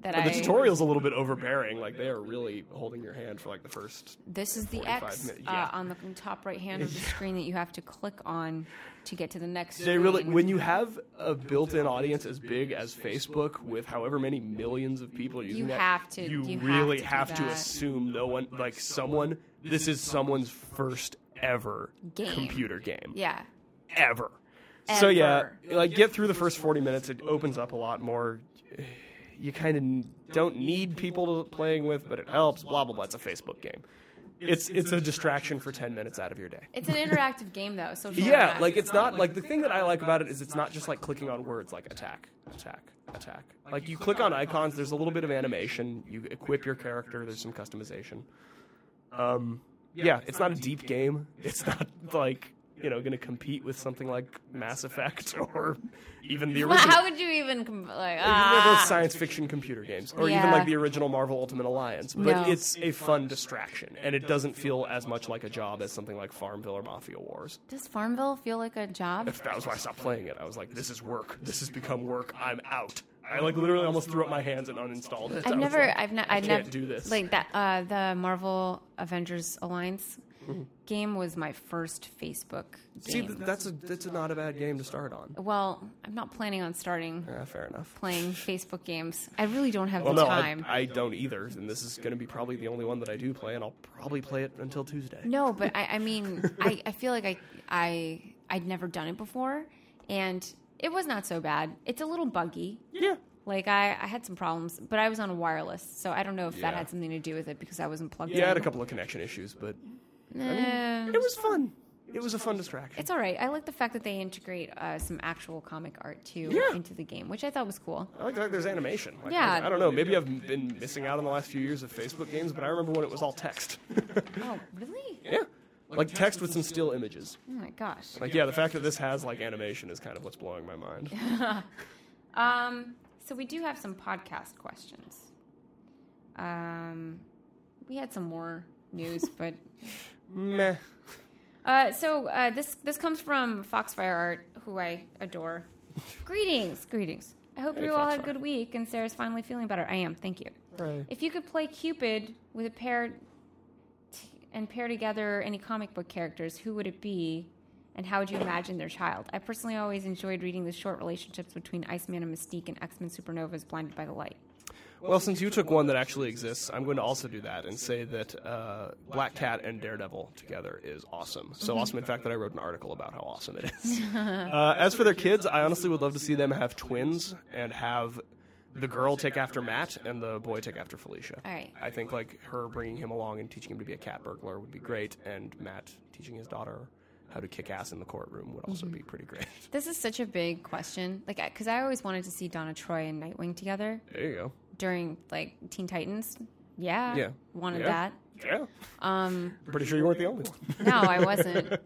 that
And
I.
the tutorial's a little bit overbearing. Like they are really holding your hand for like the first.
This is the
45
X
minute- yeah.
uh, on the top right hand
(laughs)
of the screen that you have to click on to get to the next.
They really,
screen.
when you have a built-in audience as big as Facebook, with however many millions of people using
You
that,
have to-
you,
you have
really
to do
have to,
that.
assume no one, like someone. This is someone's first ever
Game.
computer game,
yeah,
ever. So yeah,
Ever.
like get through the first forty minutes. It opens up a lot more. You kind of don't need people to playing with, but it helps. Blah blah blah. It's a Facebook game. It's it's a distraction for ten minutes out of your day.
it's an interactive game though. So
Yeah, like it's not like the thing that I like about it is it's not just like clicking on words like attack, attack, attack. Like you click on icons, there's a little bit of animation. You equip your character. There's some customization. Um, yeah, it's not a deep game. It's not like you know going to compete with something like Mass Effect or even the
Well, (laughs)
original.
how would you even com- like?
Even those
Ah,
science fiction computer games, or even
Yeah.
like the original Marvel Ultimate Alliance, but
No.
it's a fun distraction, and it doesn't feel as much like a job as something like Farmville or Mafia Wars.
does Farmville feel like a job?
That was why I stopped playing it. I was like, this is work. This has become work. I'm out. I like literally almost threw up my hands and uninstalled it. I
I've (laughs)
was
never,
like,
I've not,
I
I've
can't
never
do this.
Like that, uh, the Marvel Avengers Alliance game was my first Facebook
Mm-hmm. See,
game.
th- that's a that's a not a bad game to start on.
well, I'm not planning on
(laughs)
starting
Yeah, fair enough.
playing Facebook games. I really don't have
Well,
the
no, I,
time.
I don't either, and this is going to be probably the only one that I do play, and I'll probably play it until Tuesday.
no,
(laughs)
but I, I mean, I, I feel like I, I, I'd never done it before, and it was not so bad. It's a little buggy.
Yeah,
Like I, I had some problems, but I was on wireless, so I don't know if that
Yeah.
had something to do with it because I wasn't plugged
yeah, I had
in.
a couple of connection issues, but
Nah.
it was fun. It was a fun distraction.
It's all right. I like the fact that they integrate uh, some actual comic art too
Yeah.
into the game, which I thought was cool.
I like the fact there's animation. Like,
Yeah.
I don't know. Maybe I've been missing out on the last few years of Facebook games, but I remember when it was all text.
Oh, really?
yeah, like text with some still images.
Oh my gosh.
Like, yeah, the fact that this has like animation is kind of what's blowing my mind.
Um, so we do have some podcast questions. Um, we had some more news, (laughs) but
Meh.
uh, so uh, this this comes from Foxfire Art, who I (laughs) adore. greetings, greetings. I hope
Hey,
you all had a
Foxfire.
good week and Sarah's finally feeling better. I am. Thank you. If you could play Cupid with a pair t- and pair together any comic book characters, who would it be? And how would you imagine their child? I personally always enjoyed reading the short relationships between Iceman and Mystique and X Men Supernovas Blinded by the Light.
Well, since you took one that actually exists, I'm going to also do that and say that uh, Black Cat and Daredevil together is awesome.
Mm-hmm.
So awesome, in fact, that I wrote an article about how awesome it is. (laughs) Uh, as for their kids, I honestly would love to see them have twins and have the girl take after Matt and the boy take after Felicia.
All right.
I think like her bringing him along and teaching him to be a cat burglar would be great, and Matt teaching his daughter how to kick ass in the courtroom would also
Mm-hmm.
be pretty great. (laughs)
This is such a big question. Like, because I always wanted to see Donna Troy and Nightwing together
There you go.
during, like, Teen Titans. Yeah.
Yeah.
Wanted
Yeah.
that.
Yeah.
Um,
Pretty sure you weren't the only one.
no,
(laughs)
I wasn't. Uh,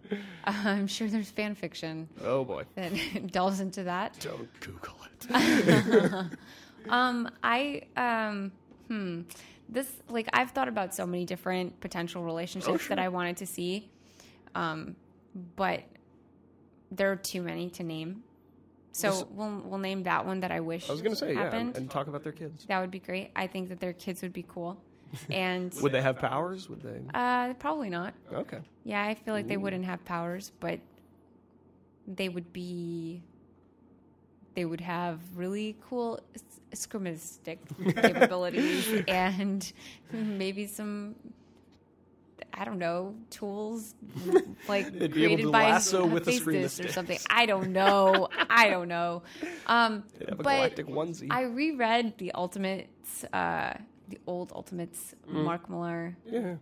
I'm sure there's fan fiction
Oh boy.
that (laughs) delves into that.
Don't Google it.
Um, I um, hmm, this like I've thought about so many different potential relationships
Oh, sure.
that I wanted to see, um, but there are too many to name. So
This-
we'll we'll name that one that I wish
I was going to say, yeah,
happened.
and, and talk about their kids.
that would be great. I think that their kids would be
(laughs)
cool, and
Would they have powers? Would they?
uh, probably not.
Okay.
Yeah, I feel like they wouldn't have powers, but they would be. They would have really cool s-
(laughs)
scrimmagistic capabilities and maybe some I don't know tools like
be able
created
to
by
lasso with a screen
Hephaestus or
that
something. I don't know. I don't know. Um,
Have a
but
galactic onesie.
I reread the Ultimates, uh, the old Ultimates,
Mm.
Mark Millar,
yeah.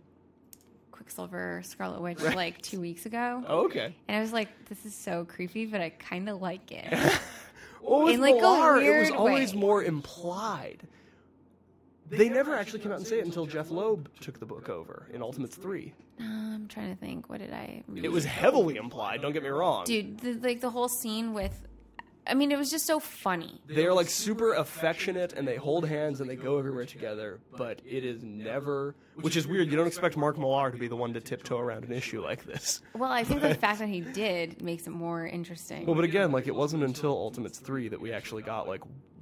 Quicksilver, Scarlet Witch, like two weeks ago,
Oh, okay.
and I was like, "This is so creepy," but I kind of like it.
Well, with
In, like, a
Millar, it was
weird
always
way.
more implied. They never actually came out and say it until Jeff Loeb took the book over in Ultimates 3.
Um, I'm trying to think. What did I? read?
It was heavily implied, don't get me wrong.
dude the, like the whole scene with i mean it was just so funny
They're like super affectionate and they hold hands and they go everywhere together, but it is never. Which is weird. You don't expect Mark Millar to be the one to tiptoe around an issue like this.
well i
(laughs)
think the fact that he did makes it more interesting
Well, but again, like it wasn't until Ultimates three that we actually got like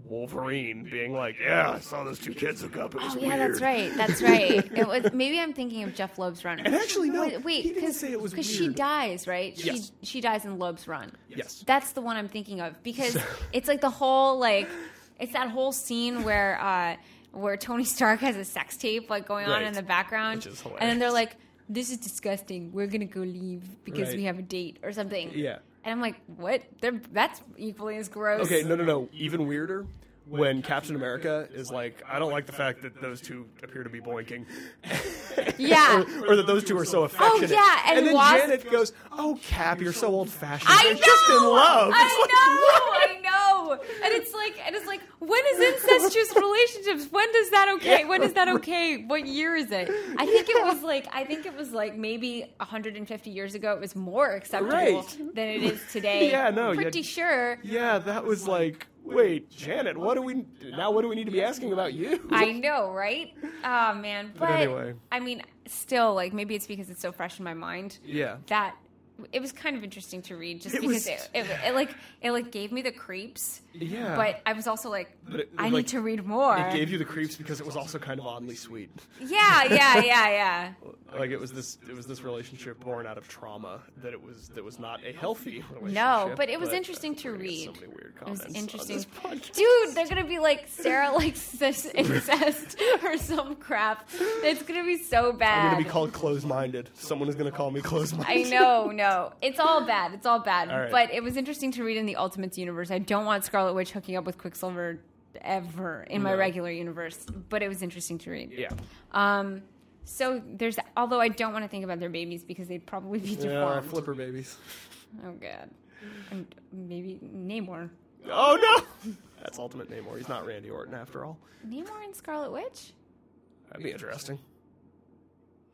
Wolverine being like, "Yeah, I saw those two kids hook up. It was
oh yeah
weird."
that's
(laughs)
right that's right it was maybe i'm thinking of jeff loeb's run and
actually, no, he
wait
didn't
because
say it was
she
weird.
dies right
Yes.
she she dies in loeb's run
Yes.
that's the one i'm thinking of because (laughs) it's like the whole like it's that whole scene where uh where tony stark has a sex tape like going on
Right.
in the background
Which is
and then they're
hilarious.
like this is disgusting we're gonna go leave because
Right.
we have a date or something
Yeah.
And I'm like, what? They're, that's equally as gross.
Okay, no, no, no. Even weirder when Captain America is like, "I don't like the fact that those two appear to be boinking."
Yeah.
(laughs) or, or that those two are so affectionate.
yeah, and
then
Wasp-
Janet goes, "Oh, Cap, you're so old-fashioned.
I
They're
know.
just in love."
I
It's like,
know. I know. And it's like, and it's like, when is incestuous relationships? When does that okay? when is that okay? What year is it? I think it was like, I think it was like maybe 150 years ago. It was more acceptable
Right.
than it is today.
(laughs) Yeah, no, you-
pretty
(laughs)
sure.
yeah, that was like, wait, Janet, what do we now? What do we need to be asking about you?
I know, right? Oh man, but,
anyway.
I mean, still, like maybe it's because it's so fresh in my mind.
Yeah.
that it was kind of interesting to read just
It
because
was-
it, it, it like it like gave me the creeps
Yeah.
but i was also like
But it-
i
like,
need to read more
It gave you the creeps because it was also kind of oddly sweet.
yeah yeah yeah
(laughs)
yeah
Like it was this, it was this relationship born out of trauma that it was that was not a healthy relationship.
no but it was interesting
we're
to
gonna get
read
So many weird
it was
comments. On
interesting
this podcast.
dude they're gonna be like (laughs) sarah likes this incest or some crap it's gonna be so bad
I'm gonna be called closed-minded. Someone is gonna call me
I
closed-minded. (laughs)
know, no. It's all bad. It's all bad.
All right.
But it was interesting to read in the Ultimates universe. I don't want Scarlet Witch hooking up with Quicksilver ever in my regular universe, but it was interesting to read.
Yeah.
Um, so there's, although I don't want to think about their babies because they'd probably be
Yeah,
deformed.
flipper babies.
oh, God. And maybe Namor.
Oh no! That's Ultimate Namor. He's not Randy Orton after all.
Namor and Scarlet Witch?
That'd be interesting.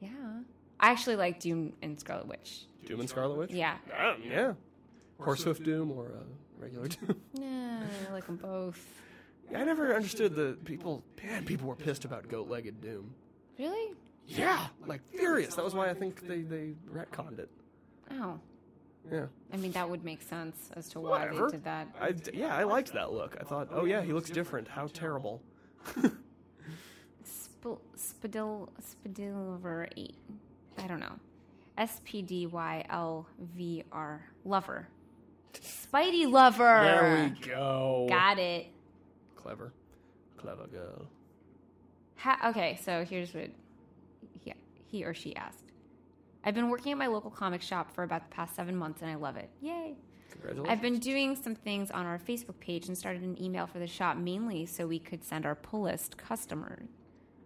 Yeah. I actually like Doom and Scarlet Witch.
Doom and Scarlet Witch.
Yeah.
Um, yeah. Horsehoof Doom or uh, regular Doom.
Nah, I like them both.
I never understood the people. Man, people were pissed about goat-legged Doom.
Really?
Yeah, like furious. That was why I think they they retconned it.
Oh.
Yeah.
I mean, that would make sense as to why
Whatever.
they did that.
I d- yeah, I liked that look. I thought, oh yeah, he looks different. How terrible.
Spil- Spidil Spidilver eight. I don't know. S P D Y L V R lover. Spidey lover.
There we go.
Got it.
Clever, clever girl.
Ha- okay, so here's what he, he or she asked. I've been working at my local comic shop for about the past seven months, and I love it. Yay!
Congratulations.
I've been doing some things on our Facebook page and started an email for the shop mainly so we could send our pull list customers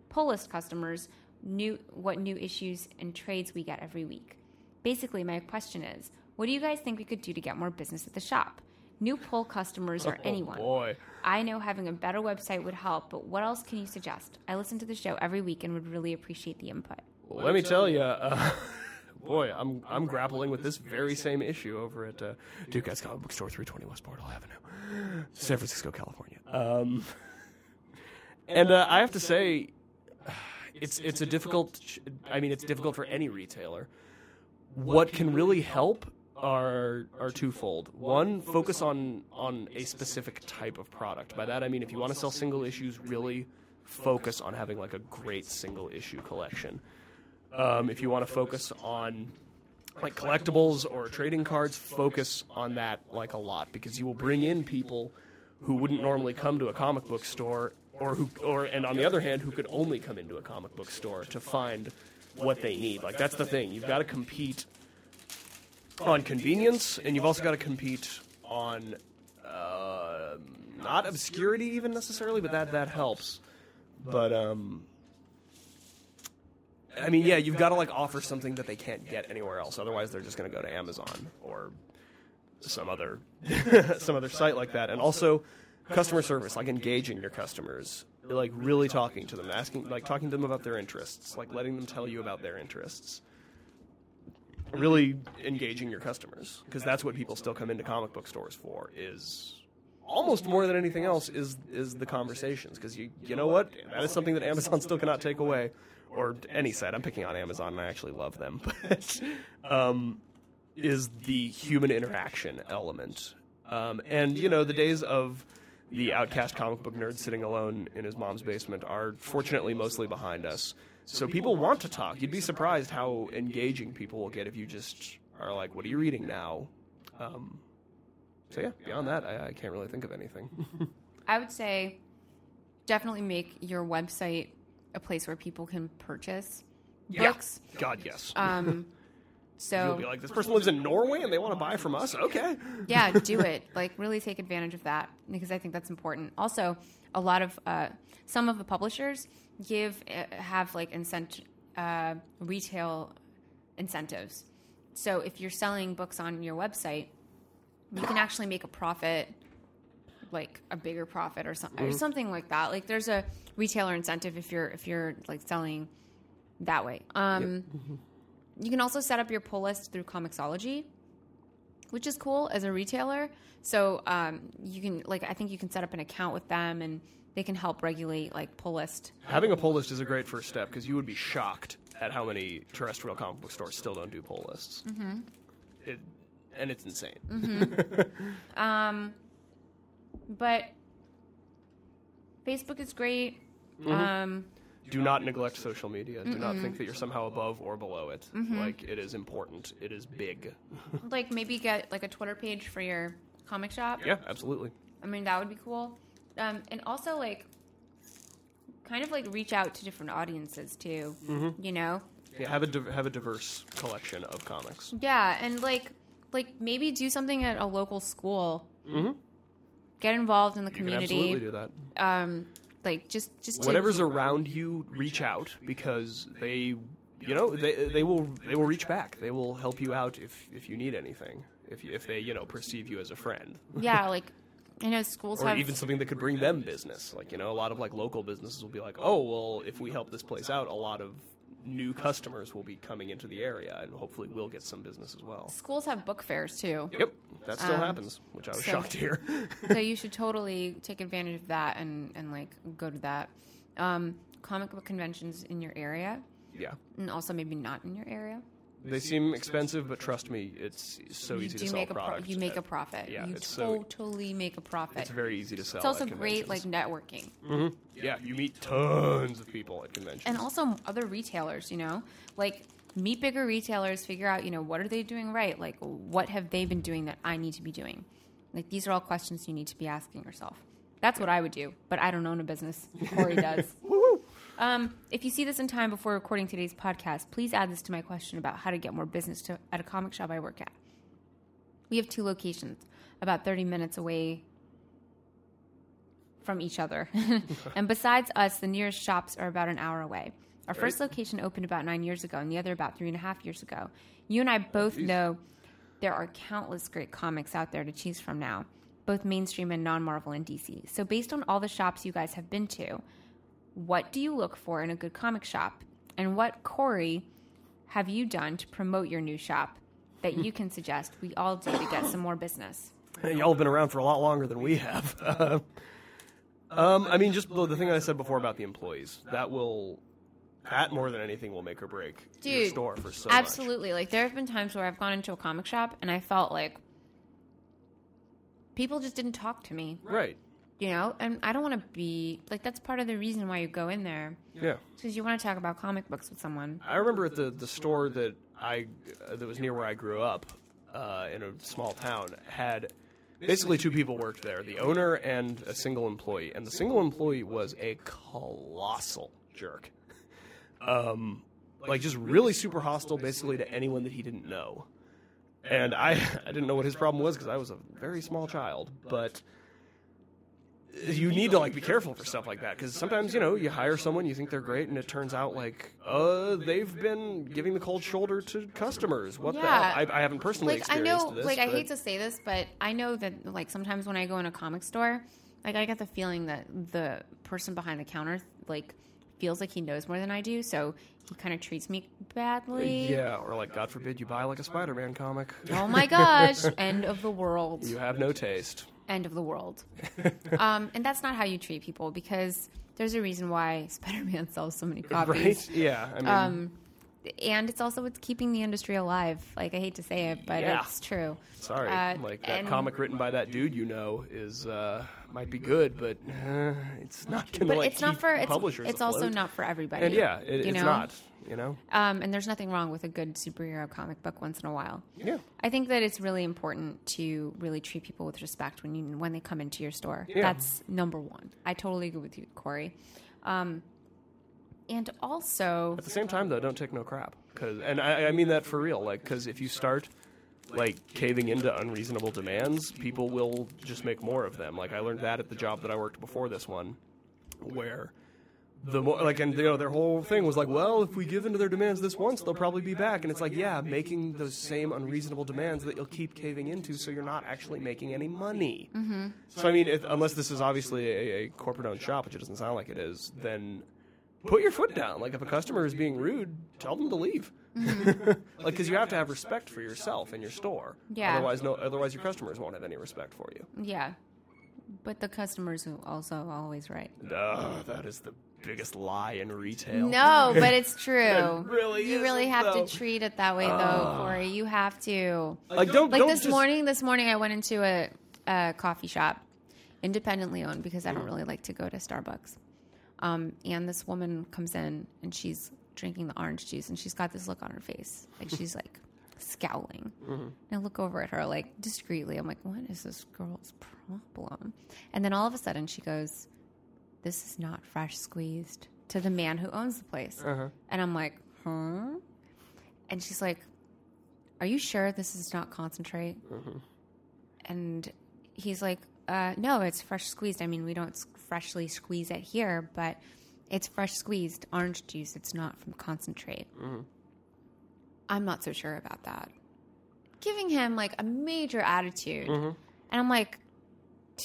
pull list customers new what new issues and trades we get every week. Basically, my question is, what do you guys think we could do to get more business at the shop? New pull customers or anyone.
Oh boy.
I know having a better website would help, but what else can you suggest? I listen to the show every week and would really appreciate the input.
Well, let me tell you, uh, (laughs) boy, I'm I'm grappling with this very same issue over at uh, Duke Guy's Comic Book Store, 320 West Bartle Avenue, San Francisco, California. Um, (laughs) and uh, I have to say, (sighs) it's it's a difficult. ch- I mean, it's difficult for any retailer. What can really help are are twofold. One, focus on on a specific type of product. By that I mean, if you want to sell single issues, really focus on having like a great single issue collection um, if you want to focus on like collectibles or trading cards, focus on that like a lot because you will bring in people who wouldn't normally come to a comic book store or who or and on the other hand who could only come into a comic book store to find what they need. Like that's the thing. You've got to compete on convenience, and you've also got to compete on uh, not obscurity even necessarily, but that that helps. But um, I mean, yeah, you've got to like offer something that they can't get anywhere else. Otherwise, they're just going to go to Amazon or some other (laughs) some other site like that. And also, customer service, like engaging your customers, like really talking to them, asking, like talking to them about their interests, like letting them tell you about their interests. Really engaging your customers because that's what people still come into comic book stores for. Is almost more than anything else is is the conversations because you you know what that is something that Amazon still cannot take away or any site I'm picking on Amazon and I actually love them (laughs) but um, is the human interaction element um, and you know the days of the outcast comic book nerd sitting alone in his mom's basement are fortunately mostly behind us so people want to talk you'd be surprised how engaging people will get if you just are like what are you reading now um, so yeah, beyond that, I, I can't really think of anything. (laughs)
I would say definitely make your website a place where people can purchase books.
God, yes.
Um,
You'll
so
be like, this person lives in Norway and they want to buy from us. Okay.
yeah, do it. Like really take advantage of that because I think that's important. Also, a lot of uh, some of the publishers give uh, have like incent uh, retail incentives. So if you're selling books on your website, you can actually make a profit, like a bigger profit or something or something like that. Like there's a retailer incentive if you're if you're like selling that way. Um, You can also set up your pull list through Comixology which is cool as a retailer. So um, you can like I think you can set up an account with them and they can help regulate like pull list.
Having a poll list is a great first step because you would be shocked at how many terrestrial comic book stores still don't do poll lists. Mm-hmm. It, and it's insane.
But Facebook is great.
Mm-hmm.
Um,
Do not neglect social media. Do not think that you're somehow above or below it. Like, it is important, it is big.
like maybe get like a Twitter page for your comic shop.
Yeah, absolutely.
I mean that would be cool. Um, and also like kind of like reach out to different audiences too.
Mm-hmm.
You know,
Yeah, have a div- have a diverse collection of comics.
Yeah, and like like maybe do something at a local school. Mm-hmm. Get involved in the
You can
community.
absolutely do that.
Um, like just just to-
whatever's around you reach out because they you know they they will they will reach back they will help you out if if you need anything if you, if they you know perceive you as a friend (laughs)
yeah, like I know schools
or
have
even something that could bring them business like you know a lot of like local businesses will be like oh well if we help this place out a lot of new customers will be coming into the area and hopefully we'll get some business as well
schools have book fairs too.
yep that still
Um,
happens which i was
so-
shocked to hear (laughs)
so you should totally take advantage of that and and like go to that. Um, comic book conventions in your area,
yeah
and also maybe not in your area.
they seem expensive but trust me it's so
you
easy to sell
make a pro-
product
you make a
at-
profit.
yeah,
you
it's so-
totally make a profit.
it's very easy to sell
It's also
at
great like
conventions.
networking.
Yeah, you meet tons of people at conventions.
and also other retailers you know like meet bigger retailers figure out you know what are they doing right like what have they been doing that i need to be doing like these are all questions you need to be asking yourself that's what i would do but i don't own a business corey does um, if you see this in time before recording today's podcast please add this to my question about how to get more business to, at a comic shop i work at we have two locations about 30 minutes away from each other. (laughs) and besides us, the nearest shops are about an hour away. Our first location opened about nine years ago, and the other about three and a half years ago. You and I both know there are countless great comics out there to choose from now, both mainstream and non Marvel and DC. So, based on all the shops you guys have been to, what do you look for in a good comic shop? And what, Corey, have you done to promote your new shop that you can suggest we all do to get some more business?
y'all have been around for a lot longer than we have. (laughs) Um, um, I mean, just the, the thing I said before about the employees that will, that more than anything will make or break your
Dude,
store for so much.
Absolutely. Like there have been times where I've gone into a comic shop and I felt like people just didn't talk to me,
Right.
you know? And I don't want to be like that's part of the reason why you go in there
Yeah.
because you want to talk about comic books with someone.
I remember at the, the store that I uh, that was near where I grew up, uh, in a small town, had basically two people worked there: the owner and a single employee. And the single employee was a colossal jerk. Um, like just really super hostile, basically to anyone that he didn't know. And I (laughs) I didn't know what his problem was because I was a very small child, but you need to like be careful for stuff like that because sometimes you know you hire someone you think they're great and it turns out like uh they've been giving the cold shoulder to customers what the
Yeah.
hell? I, I haven't personally
like I
experienced
know,
this,
like I
but-
hate to say this, but I know that like sometimes when I go in a comic store, like I get the feeling that the person behind the counter like feels like he knows more than I do, so he kind of treats me badly.
yeah or like god forbid you buy like a spider-man comic
Oh my
(laughs)
gosh! End of the world.
you have no taste (laughs)
End of the world. um, and that's not how you treat people because there's a reason why (laughs) Spider-Man sells so many copies.
right yeah i mean
Um, and it's also what's keeping the industry alive. Like I hate to say it, but
Yeah.
it's true.
Sorry,
Uh,
like that
and-
comic written by that dude you know is uh, might be good, but uh, it's not gonna.
But
like,
it's not
keep
for it's,
publishers.
it's also
afloat.
not for everybody.
And yeah, it,
you
it's
know?
not. You know.
Um, and there's nothing wrong with a good superhero comic book once in a while.
Yeah.
I think that it's really important to really treat people with respect when you when they come into your store. That's number one. I totally agree with you, Corey. Um, and also,
At the same time, though, don't take no crap. Cause, and I, I mean that for real. Like, because if you start like caving into unreasonable demands, people will just make more of them. Like, I learned that at the job that I worked before this one, where the more like, and you know, their whole thing was like, well, if we give into their demands this once, they'll probably be back. And it's like, yeah, making those same unreasonable demands that you'll keep caving into, so you're not actually making any money. Mm-hmm. So I mean, if, unless this is obviously a, a corporate-owned shop, which it doesn't sound like it is, then put your foot down. Like if a customer is being rude, tell them to leave. (laughs) like because you have to have respect for yourself and your store.
Mm-hmm. Yeah.
Otherwise, no. Otherwise, your customers won't have any respect for you.
yeah, but the customers are also always right.
Ugh, that is the biggest lie in retail. (laughs)
No, but it's true.
really
you really
isn't,
have
though.
to treat it that way, though, Corey. You have to.
Like don't
Like
don't
this
just-
morning, this morning I went into a, a coffee shop, independently owned because I don't really like to go to Starbucks. Um, and this woman comes in and she's drinking the orange juice and she's got this look on her face, like she's like scowling.
Mm-hmm.
And I look over at her like discreetly. I'm like, what is this girl's problem? And then all of a sudden she goes, "This is not fresh squeezed." To the man who owns the place,
Uh-huh.
and I'm like, huh? And she's like, are you sure this is not concentrate? And he's like, uh, no, it's fresh squeezed. I mean, we don't s- freshly squeeze it here, but it's fresh squeezed orange juice. It's not from concentrate. I'm not so sure about that. Giving him like a major attitude. And I'm like, (sighs)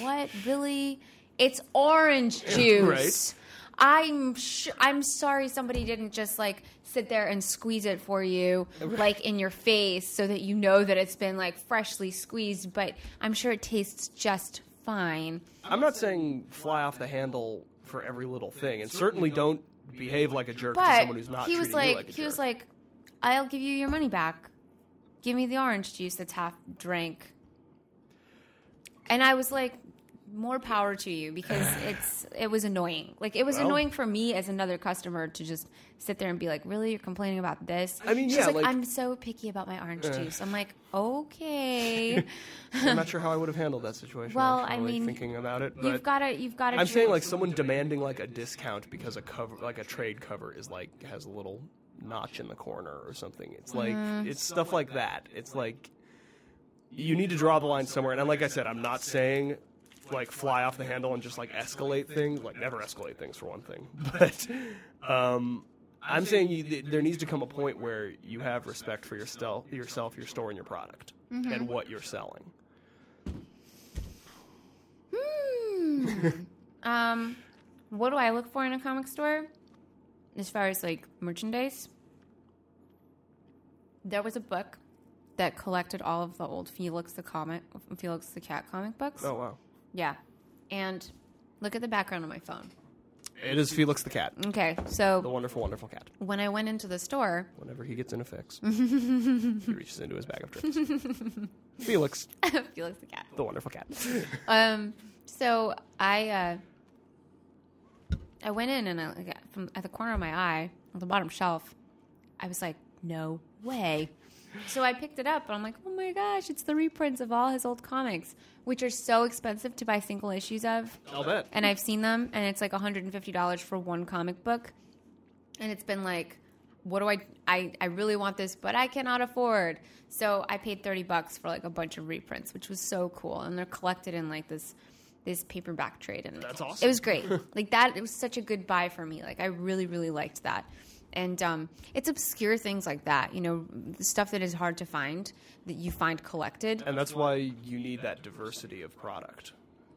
what really? It's orange juice. I'm sh- I'm sorry somebody didn't just like sit there and squeeze it for you like in your face so that you know that it's been like freshly squeezed, but I'm sure it tastes just fine.
I'm not saying fly off the handle for every little thing, and certainly don't behave like a jerk to
But
someone who's not
he was
treating
like,
you like a
he was
jerk.
like, I'll give you your money back. Give me the orange juice that's half drank. And I was like, more power to you
(sighs)
because it's it was annoying. Like it was
Well-
annoying for me as another customer to just sit there and be like, "Really, you're complaining about this?"
I mean,
She's
yeah,
like,
like- Eh.
"I'm so picky about my orange juice." I'm like, "Okay,
I'm not sure how I would have handled that situation.
Well,
actually,
I mean,
thinking about it, (laughs) but
you've gotta, you've gotta."
I'm saying
drink-
like someone demanding like a discount because a cover like a trade cover is like has a little notch in the corner or something. It's like it's stuff Mm-hmm. like that. It's like you need to draw the line somewhere. And like I said, I'm not saying like fly off the handle and just like escalate things. Like never escalate things for one thing. (laughs) But um, I'm saying you, th- there needs to come a point where you have respect for yourself, yourself, your store, and your product, and what you're selling.
Hmm. Um, what do I look for in a comic store? As far as like merchandise, there was a book that collected all of the old Felix the comic, Felix the Cat comic books.
Oh wow.
Yeah, and look at the background on my phone.
It is Felix the cat,
Okay,
the
so
wonderful, wonderful cat.
when I went into the store, (laughs)
Whenever he gets in a (laughs) fix, he reaches into his bag of (laughs) tricks. Felix,
Felix the Cat.
the wonderful cat.
Um, so I uh, I went in and I, like, from at the corner of my eye, on the bottom shelf, I was like, no way. So I picked it up and I'm like, oh my gosh, it's the reprints of all his old comics, which are so expensive to buy single issues of.
I'll bet.
And I've seen them, and it's like $150 for one comic book. and it's been like what do I, I i really want this but i cannot afford so i paid 30 bucks for like a bunch of reprints which was so cool and they're collected in like this this paperback trade and
That's
it
awesome.
was
(laughs)
great like that it was such a good buy for me like i really really liked that and um, it's obscure things like that you know stuff that is hard to find that you find collected
And that's why you need that diversity of product.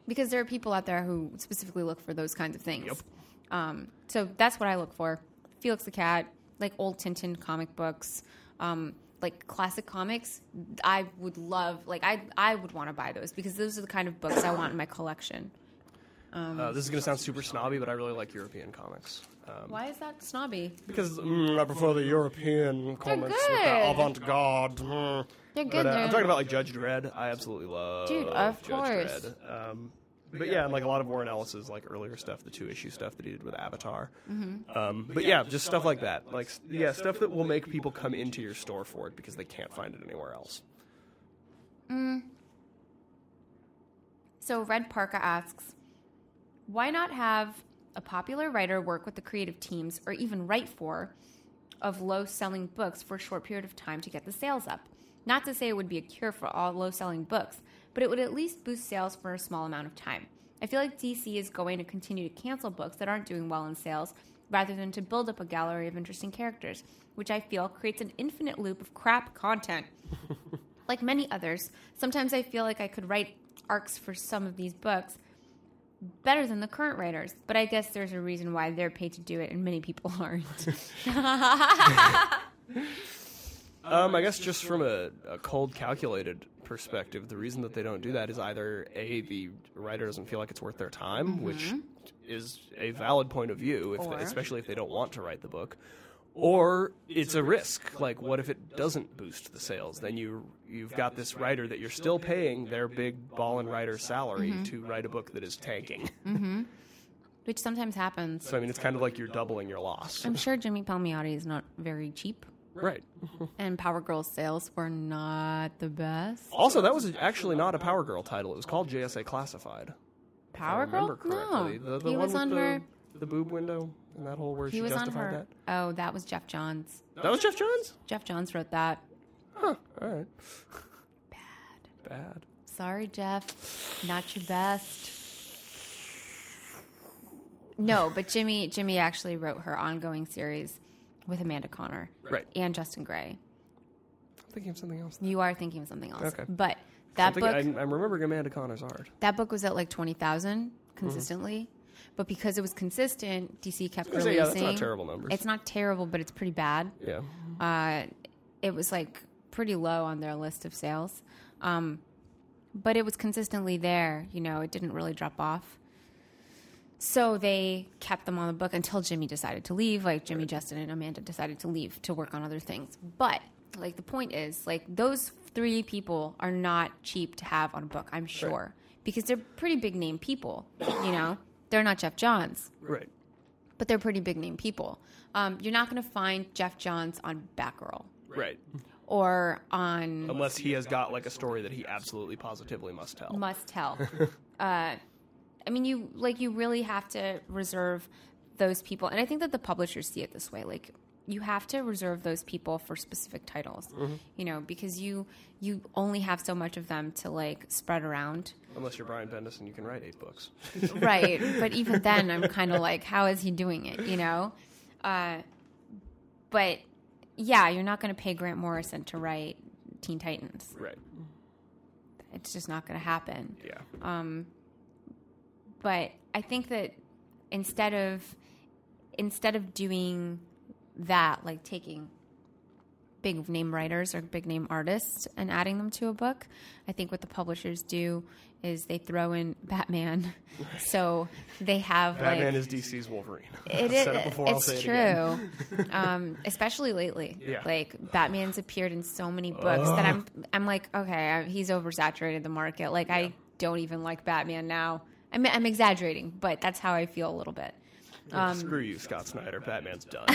because there are people out there who specifically look for those kinds of things. Um, so that's what I look for. Felix the Cat, like old Tintin comic books, um, like classic comics. I would love, like I, I would want to buy those because those are the kind of books I want in my collection.
Uh, this is going to sound super snobby, but I really like European comics. Uh,
Why is that snobby?
Because mm, I prefer the European comics with the
good.
avant-garde. mm.
They're good.
But, uh, I'm
they're-
talking about like Judge Dredd. I absolutely love
Dude, of
Judge
course.
Dredd. Um, but yeah, and like a lot of Warren Ellis's like earlier stuff, the two issue stuff that he did with Avatar.
Mm-hmm.
Um, but yeah, just stuff like that. Like s- yeah, stuff that will make people come into your store for it because they can't find it anywhere else.
So Red Parka asks, why not have a popular writer work with the creative teams or even write for of low selling books for a short period of time to get the sales up? Not to say it would be a cure for all low selling books, but it would at least boost sales for a small amount of time. I feel like DC is going to continue to cancel books that aren't doing well in sales rather than to build up a gallery of interesting characters, which I feel creates an infinite loop of crap content like many others, sometimes I feel like I could write arcs for some of these books better than the current writers, but I guess there's a reason why they're paid to do it and many people (laughs) aren't.
Um, I guess just from a, a cold, calculated perspective, the reason that they don't do that is either a the writer doesn't feel like it's worth their time, which is a valid point of view, if
Or-
they, especially if they don't want to write the book, or it's a risk. Like, what if it doesn't boost the sales? Then you you've got this writer that you're still paying their big ball and writer salary to write a book that is tanking.
Which sometimes happens.
So I mean, it's kind of like you're doubling your loss,
I'm sure Jimmy Palmiotti is not very cheap,
right?
and Power Girls sales were not the best.
Also, that was actually not a Power Girl title. It was called JSA Classified.
Power
if I remember
Girl? No.
correctly. The, the
he
one
was
with
on
the,
her.
the boob window and that whole where
He
she
was on
justified
her. Oh, that was Jeff Johns.
that. That was Jeff Johns?
Jeff Johns wrote that.
Huh. All right. Bad. Bad.
Sorry, Jeff. Not your best. No, but Jimmy Jimmy actually wrote her ongoing series with Amanda Connor
Right.
and Justin Gray.
I'm thinking of something else.
You are thinking of something else.
Okay.
But
I'm,
that
thinking,
book
I'm, I'm remembering Amanda Connor's art.
that book was at like 20,000
Mm-hmm.
consistently. But because it was consistent, DC kept
gonna
releasing.
say, yeah, that's not terrible numbers.
It's not terrible, but it's pretty bad.
Yeah.
uh, it was like pretty low on their list of sales. Um, but it was consistently there, you know, it didn't really drop off. So they kept them on the book until Jimmy decided to leave, like Jimmy, Justin, and Amanda decided to leave to work on other things. But like the point is, like those three people are not cheap to have on a book, I'm sure, because they're pretty big name people, you know. They're not Jeff Johns
Right.
but they're pretty big name people. Um, you're not going to find Jeff Johns on Batgirl
Right.
or on
Unless he has got like a story that he absolutely positively must tell.
Must Tell. uh, I mean, you like you really have to reserve those people, and I think that the publishers see it this way. Like you have to reserve those people for specific titles, you know, because you you only have so much of them to like spread around.
Unless you're Brian Bendis and you can write eight books.
right but even then i'm kind of like how is he doing it you know uh, but yeah you're not going to pay grant morrison to write teen titans
Right.
it's just not going to happen
Yeah.
Um, but i think that instead of instead of doing that like taking big name writers or big name artists and adding them to a book i think what the publishers do is they throw in batman (laughs) so they have like
Batman is DC's Wolverine.
It
I've
is.
(laughs) said it before,
it's
I'll say it
true.
again.
(laughs) um, especially lately,
Yeah.
like Batman's appeared in so many books that I'm, I'm like, okay, I, he's oversaturated the market. Like I don't even like Batman now. I'm, I'm exaggerating, but that's how I feel a little bit.
Screw you, Scott Snyder.
(laughs)
Batman's done.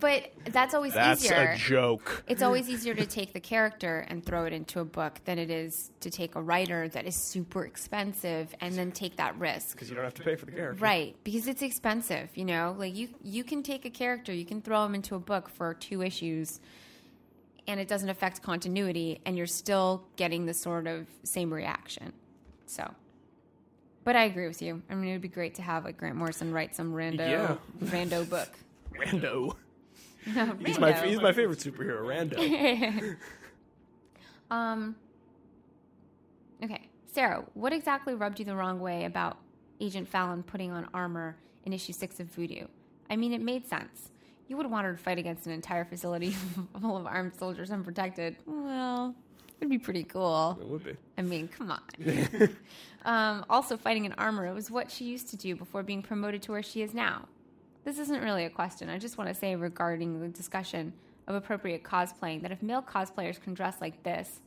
But that's always
That's
easier.
a (laughs) joke.
it's always easier to take the character and throw it into a book than it is to take a writer that is super expensive and then take that risk.
Because you don't have to pay for the character.
Right, because it's expensive, you know. Like you you can take a character, you can throw them into a book for two issues and it doesn't affect continuity and you're still getting the sort of same reaction. So but I agree with you. I mean, it would be great to have like Grant Morrison write some rando
Yeah.
rando book.
Rando.
he's
He's my, he's my favorite superhero, Rando.
(laughs) um Okay. Sarah, what exactly rubbed you the wrong way about Agent Fallon putting on armor in issue 6 of Voodoo? I mean, it made sense. You would want her to fight against an entire facility (laughs) full of armed soldiers unprotected. Well, it'd be pretty cool.
it would be.
I mean, come on. (laughs) um, also, fighting in armor was what she used to do before being promoted to where she is now. This isn't really a question. I just want to say regarding the discussion of appropriate cosplaying that if male cosplayers can dress like this,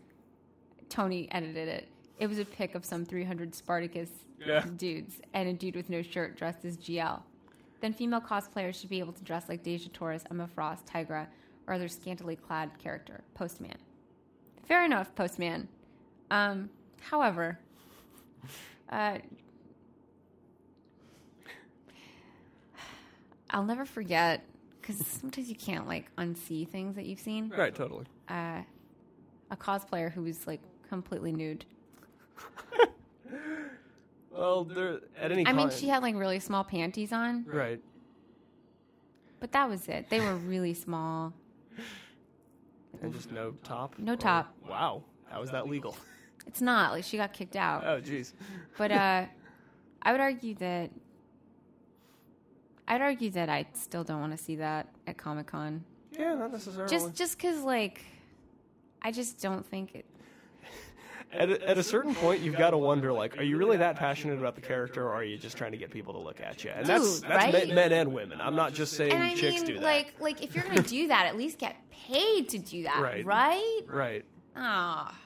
Tony edited it. It was a pic of some 300 Spartacus
Yeah.
dudes and a dude with no shirt dressed as GL. Then female cosplayers should be able to dress like Deja Torres, Emma Frost, Tigra, or other scantily clad character, Postman. Fair enough, Postman. Um, however, uh, I'll never forget because sometimes you can't like unsee things that you've seen.
Right, totally.
Uh, a cosplayer who was like completely nude.
Well, there, at any
I
time.
mean, she had like really small panties on,
Right.
but that was it. They were really small.
And just no top?
No
or-
top.
Wow. How is that legal?
It's not like she got kicked out.
Oh, jeez.
But uh, I would argue that I'd argue that I still don't want to see that at Comic Con.
Yeah, not necessarily.
Just just because like I just don't think it.
at, a, at a certain point, you've got to wonder, like, are you really that passionate about the character, or are you just trying to get people to look at you? And that's,
Dude,
that's
right?
men, men and women. I'm not just saying
And I
chicks
mean,
do that.
like like if you're gonna do that, at least get paid to do that, right?
Right. right.
Ah.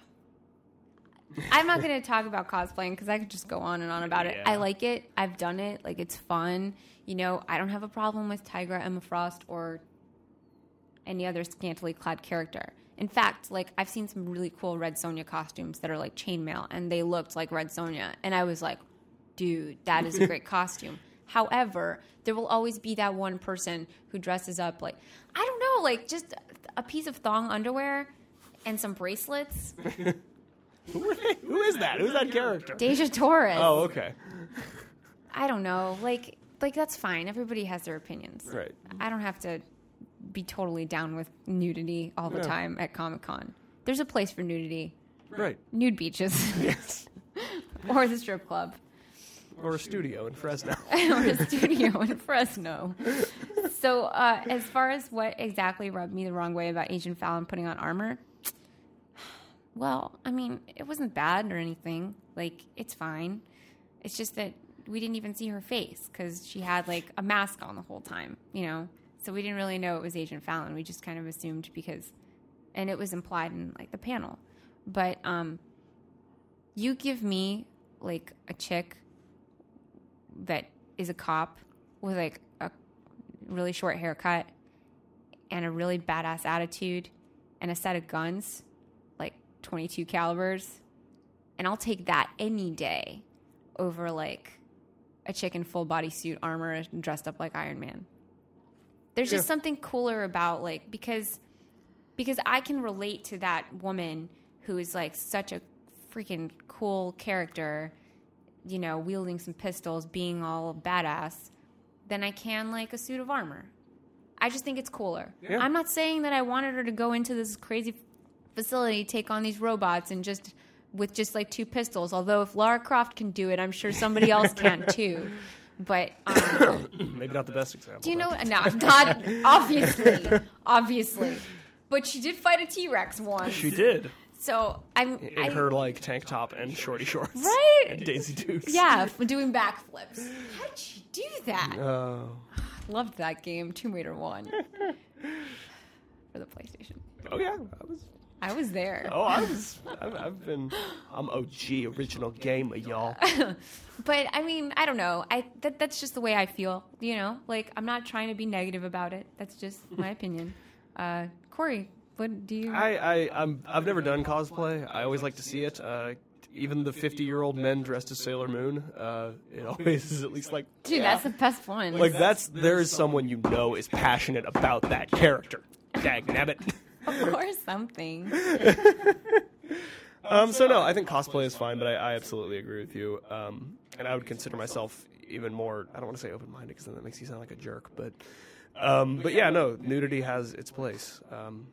I'm not going to talk about cosplaying because I could just go on and on about it. I
Yeah.
like it. I've done it. Like, it's fun. You know, I don't have a problem with Tigra, Emma Frost, or any other scantily clad character. In fact, like, I've seen some really cool Red Sonja costumes that are like chainmail and they looked like Red Sonja. And I was like, dude, that is a great costume. However, there will always be that one person who dresses up like, I don't know, like just a piece of thong underwear and some bracelets.
Who, are they- who is that? Who's that character?
Deja Torres.
Oh, okay.
I don't know. Like, like that's fine. Everybody has their opinions.
Right.
I don't have to be totally down with nudity all the
Yeah.
time at Comic Con. There's a place for nudity.
Right.
Nude
(laughs)
beaches
Yes.
(laughs) or the strip club.
Or a studio
(laughs)
in Fresno.
or a studio in Fresno. So, uh, as far as what exactly rubbed me the wrong way about Agent Fallon putting on armor, (sighs) well, I mean, it wasn't bad or anything. Like, it's fine. It's just that we didn't even see her face because she had like a mask on the whole time, you know? So, we didn't really know it was Agent Fallon. We just kind of assumed because, and it was implied in like the panel. But, um, you give me like a chick that is a cop with like a really short haircut and a really badass attitude and a set of guns like 22 calibers and I'll take that any day over like a chick in full body suit armor and dressed up like Iron Man. There's just
Yeah.
something cooler about like because because I can relate to that woman who is like such a freaking cool character, you know, wielding some pistols, being all badass, than I can like a suit of armor. I just think it's cooler.
Yeah.
I'm not saying that I wanted her to go into this crazy facility, take on these robots, and just with just like two pistols. Although if Lara Croft can do it, I'm sure somebody else
(laughs)
can too. But um,
Maybe not the best example.
do you know?
but-
No, not obviously, obviously. But she did fight a T Rex once,
She did.
so I'm.
In
I,
her, like, tank top and shorty shorts.
Right?
And Daisy Dukes.
yeah, for doing backflips. How did she do that?
Oh.
Loved
(laughs)
that game, Tomb Raider One, for the PlayStation.
Oh, yeah. I was
I was there.
Oh, I was. I've, I've been. I'm OG, original gamer, y'all.
(laughs) But I mean, I don't know. I that, that's just the way I feel, you know? Like I'm not trying to be negative about it. That's just
(laughs)
my opinion. Uh Corey, what do you
I, I I'm I've never done cosplay. I always like to see it. Uh, even the 50 year old men dressed as Sailor Moon. Uh, it (laughs) always is at least like
Dude, that's the best one. (laughs)
like that's there's someone you know is passionate about that character. Dag nabbit. (laughs)
or something.
Um, so no, I think cosplay is fine, but I, I absolutely agree with you. Um, and I would consider myself even more. I don't want to say open minded because then that makes you sound like a jerk. But um, but yeah, no, nudity has its place. Um,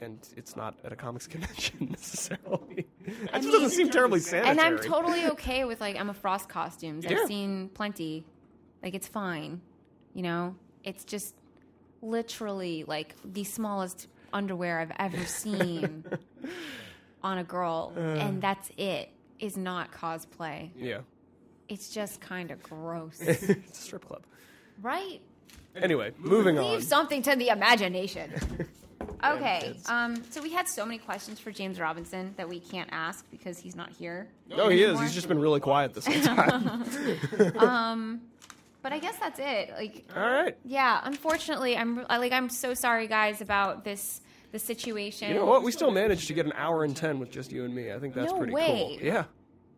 and it's not at a comics (laughs) convention necessarily. That just doesn't seem terribly sanitary.
And I'm
(laughs)
totally okay with like Emma Frost costumes.
Yeah.
I've seen plenty. Like it's fine. You know? It's just literally like the smallest underwear I've
(laughs)
ever seen on a girl
Uh.
and that's it is not cosplay.
Yeah, (laughs)
It's just kind of gross.
it's a strip club.
right?
Anyway, moving on.
Leave something to the
(laughs)
imagination. Okay,
kids.
um, so we had so many questions for James Robinson that we can't ask because he's not here.
Oh, he is.
anymore.
He's just been really quiet this
(laughs)
whole time.
Um, But I guess that's it. Like,
(laughs) All right.
yeah, unfortunately, I'm I- like, I'm so sorry, guys, about this the situation.
You know what? We still managed to get an hour and ten with just you and me. I think that's
No
pretty
way.
cool. Yeah,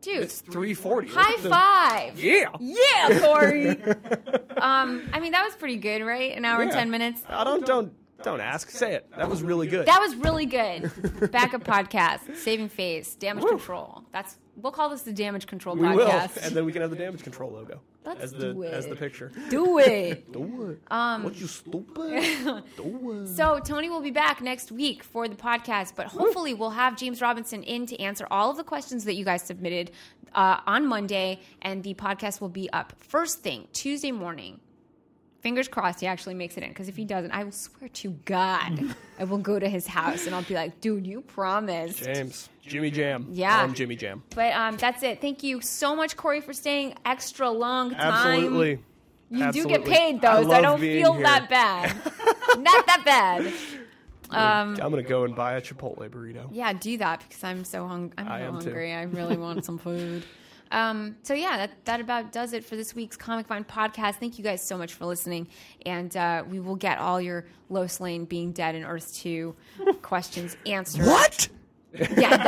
dude?
it's three forty.
high five!
Yeah.
Yeah,
(laughs)
Corey. um, I mean, that was pretty good, right? An hour and
Yeah.
ten minutes.
I don't don't don't ask. Say it. That was really good.
That was really good. Backup podcast, saving face, damage control. That's we'll call this the damage control
we will,
podcast.
and then we can have the damage control logo
Let's
as the
do it.
as the picture.
Do it.
Do it. Um, what
(laughs)
you stupid? Do it.
So Tony will be back next week for the podcast, but hopefully we'll have James Robinson in to answer all of the questions that you guys submitted uh, on Monday, and the podcast will be up first thing Tuesday morning. Fingers crossed he actually makes it in, because if he doesn't, I will swear to God, I will go to his house and I'll be like, "Dude, you promised."
James Jimmy Jam.
Yeah.
Call him Jimmy Jam.
But um, that's it. Thank you so much, Corey, for staying extra long time.
Absolutely.
You do
Absolutely.
get paid though, so I
love
don't
being
feel
here.
that
(laughs)
bad. Not that bad. (laughs) Um,
I'm gonna go and buy a Chipotle burrito.
yeah, do that because I'm so hung- I'm
I
so
am too.
hungry. I really want
(laughs)
some food. Um, so yeah, that, that about does it for this week's Comic Vine podcast. Thank you guys so much for listening, and uh, we will get all your Los Lane being dead in Earth
(laughs)
Two questions answered.
What?
Yeah, that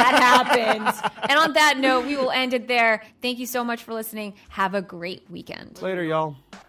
happened. And on that note, we will end it there. Thank you so much for listening. Have a great weekend.
Later, y'all.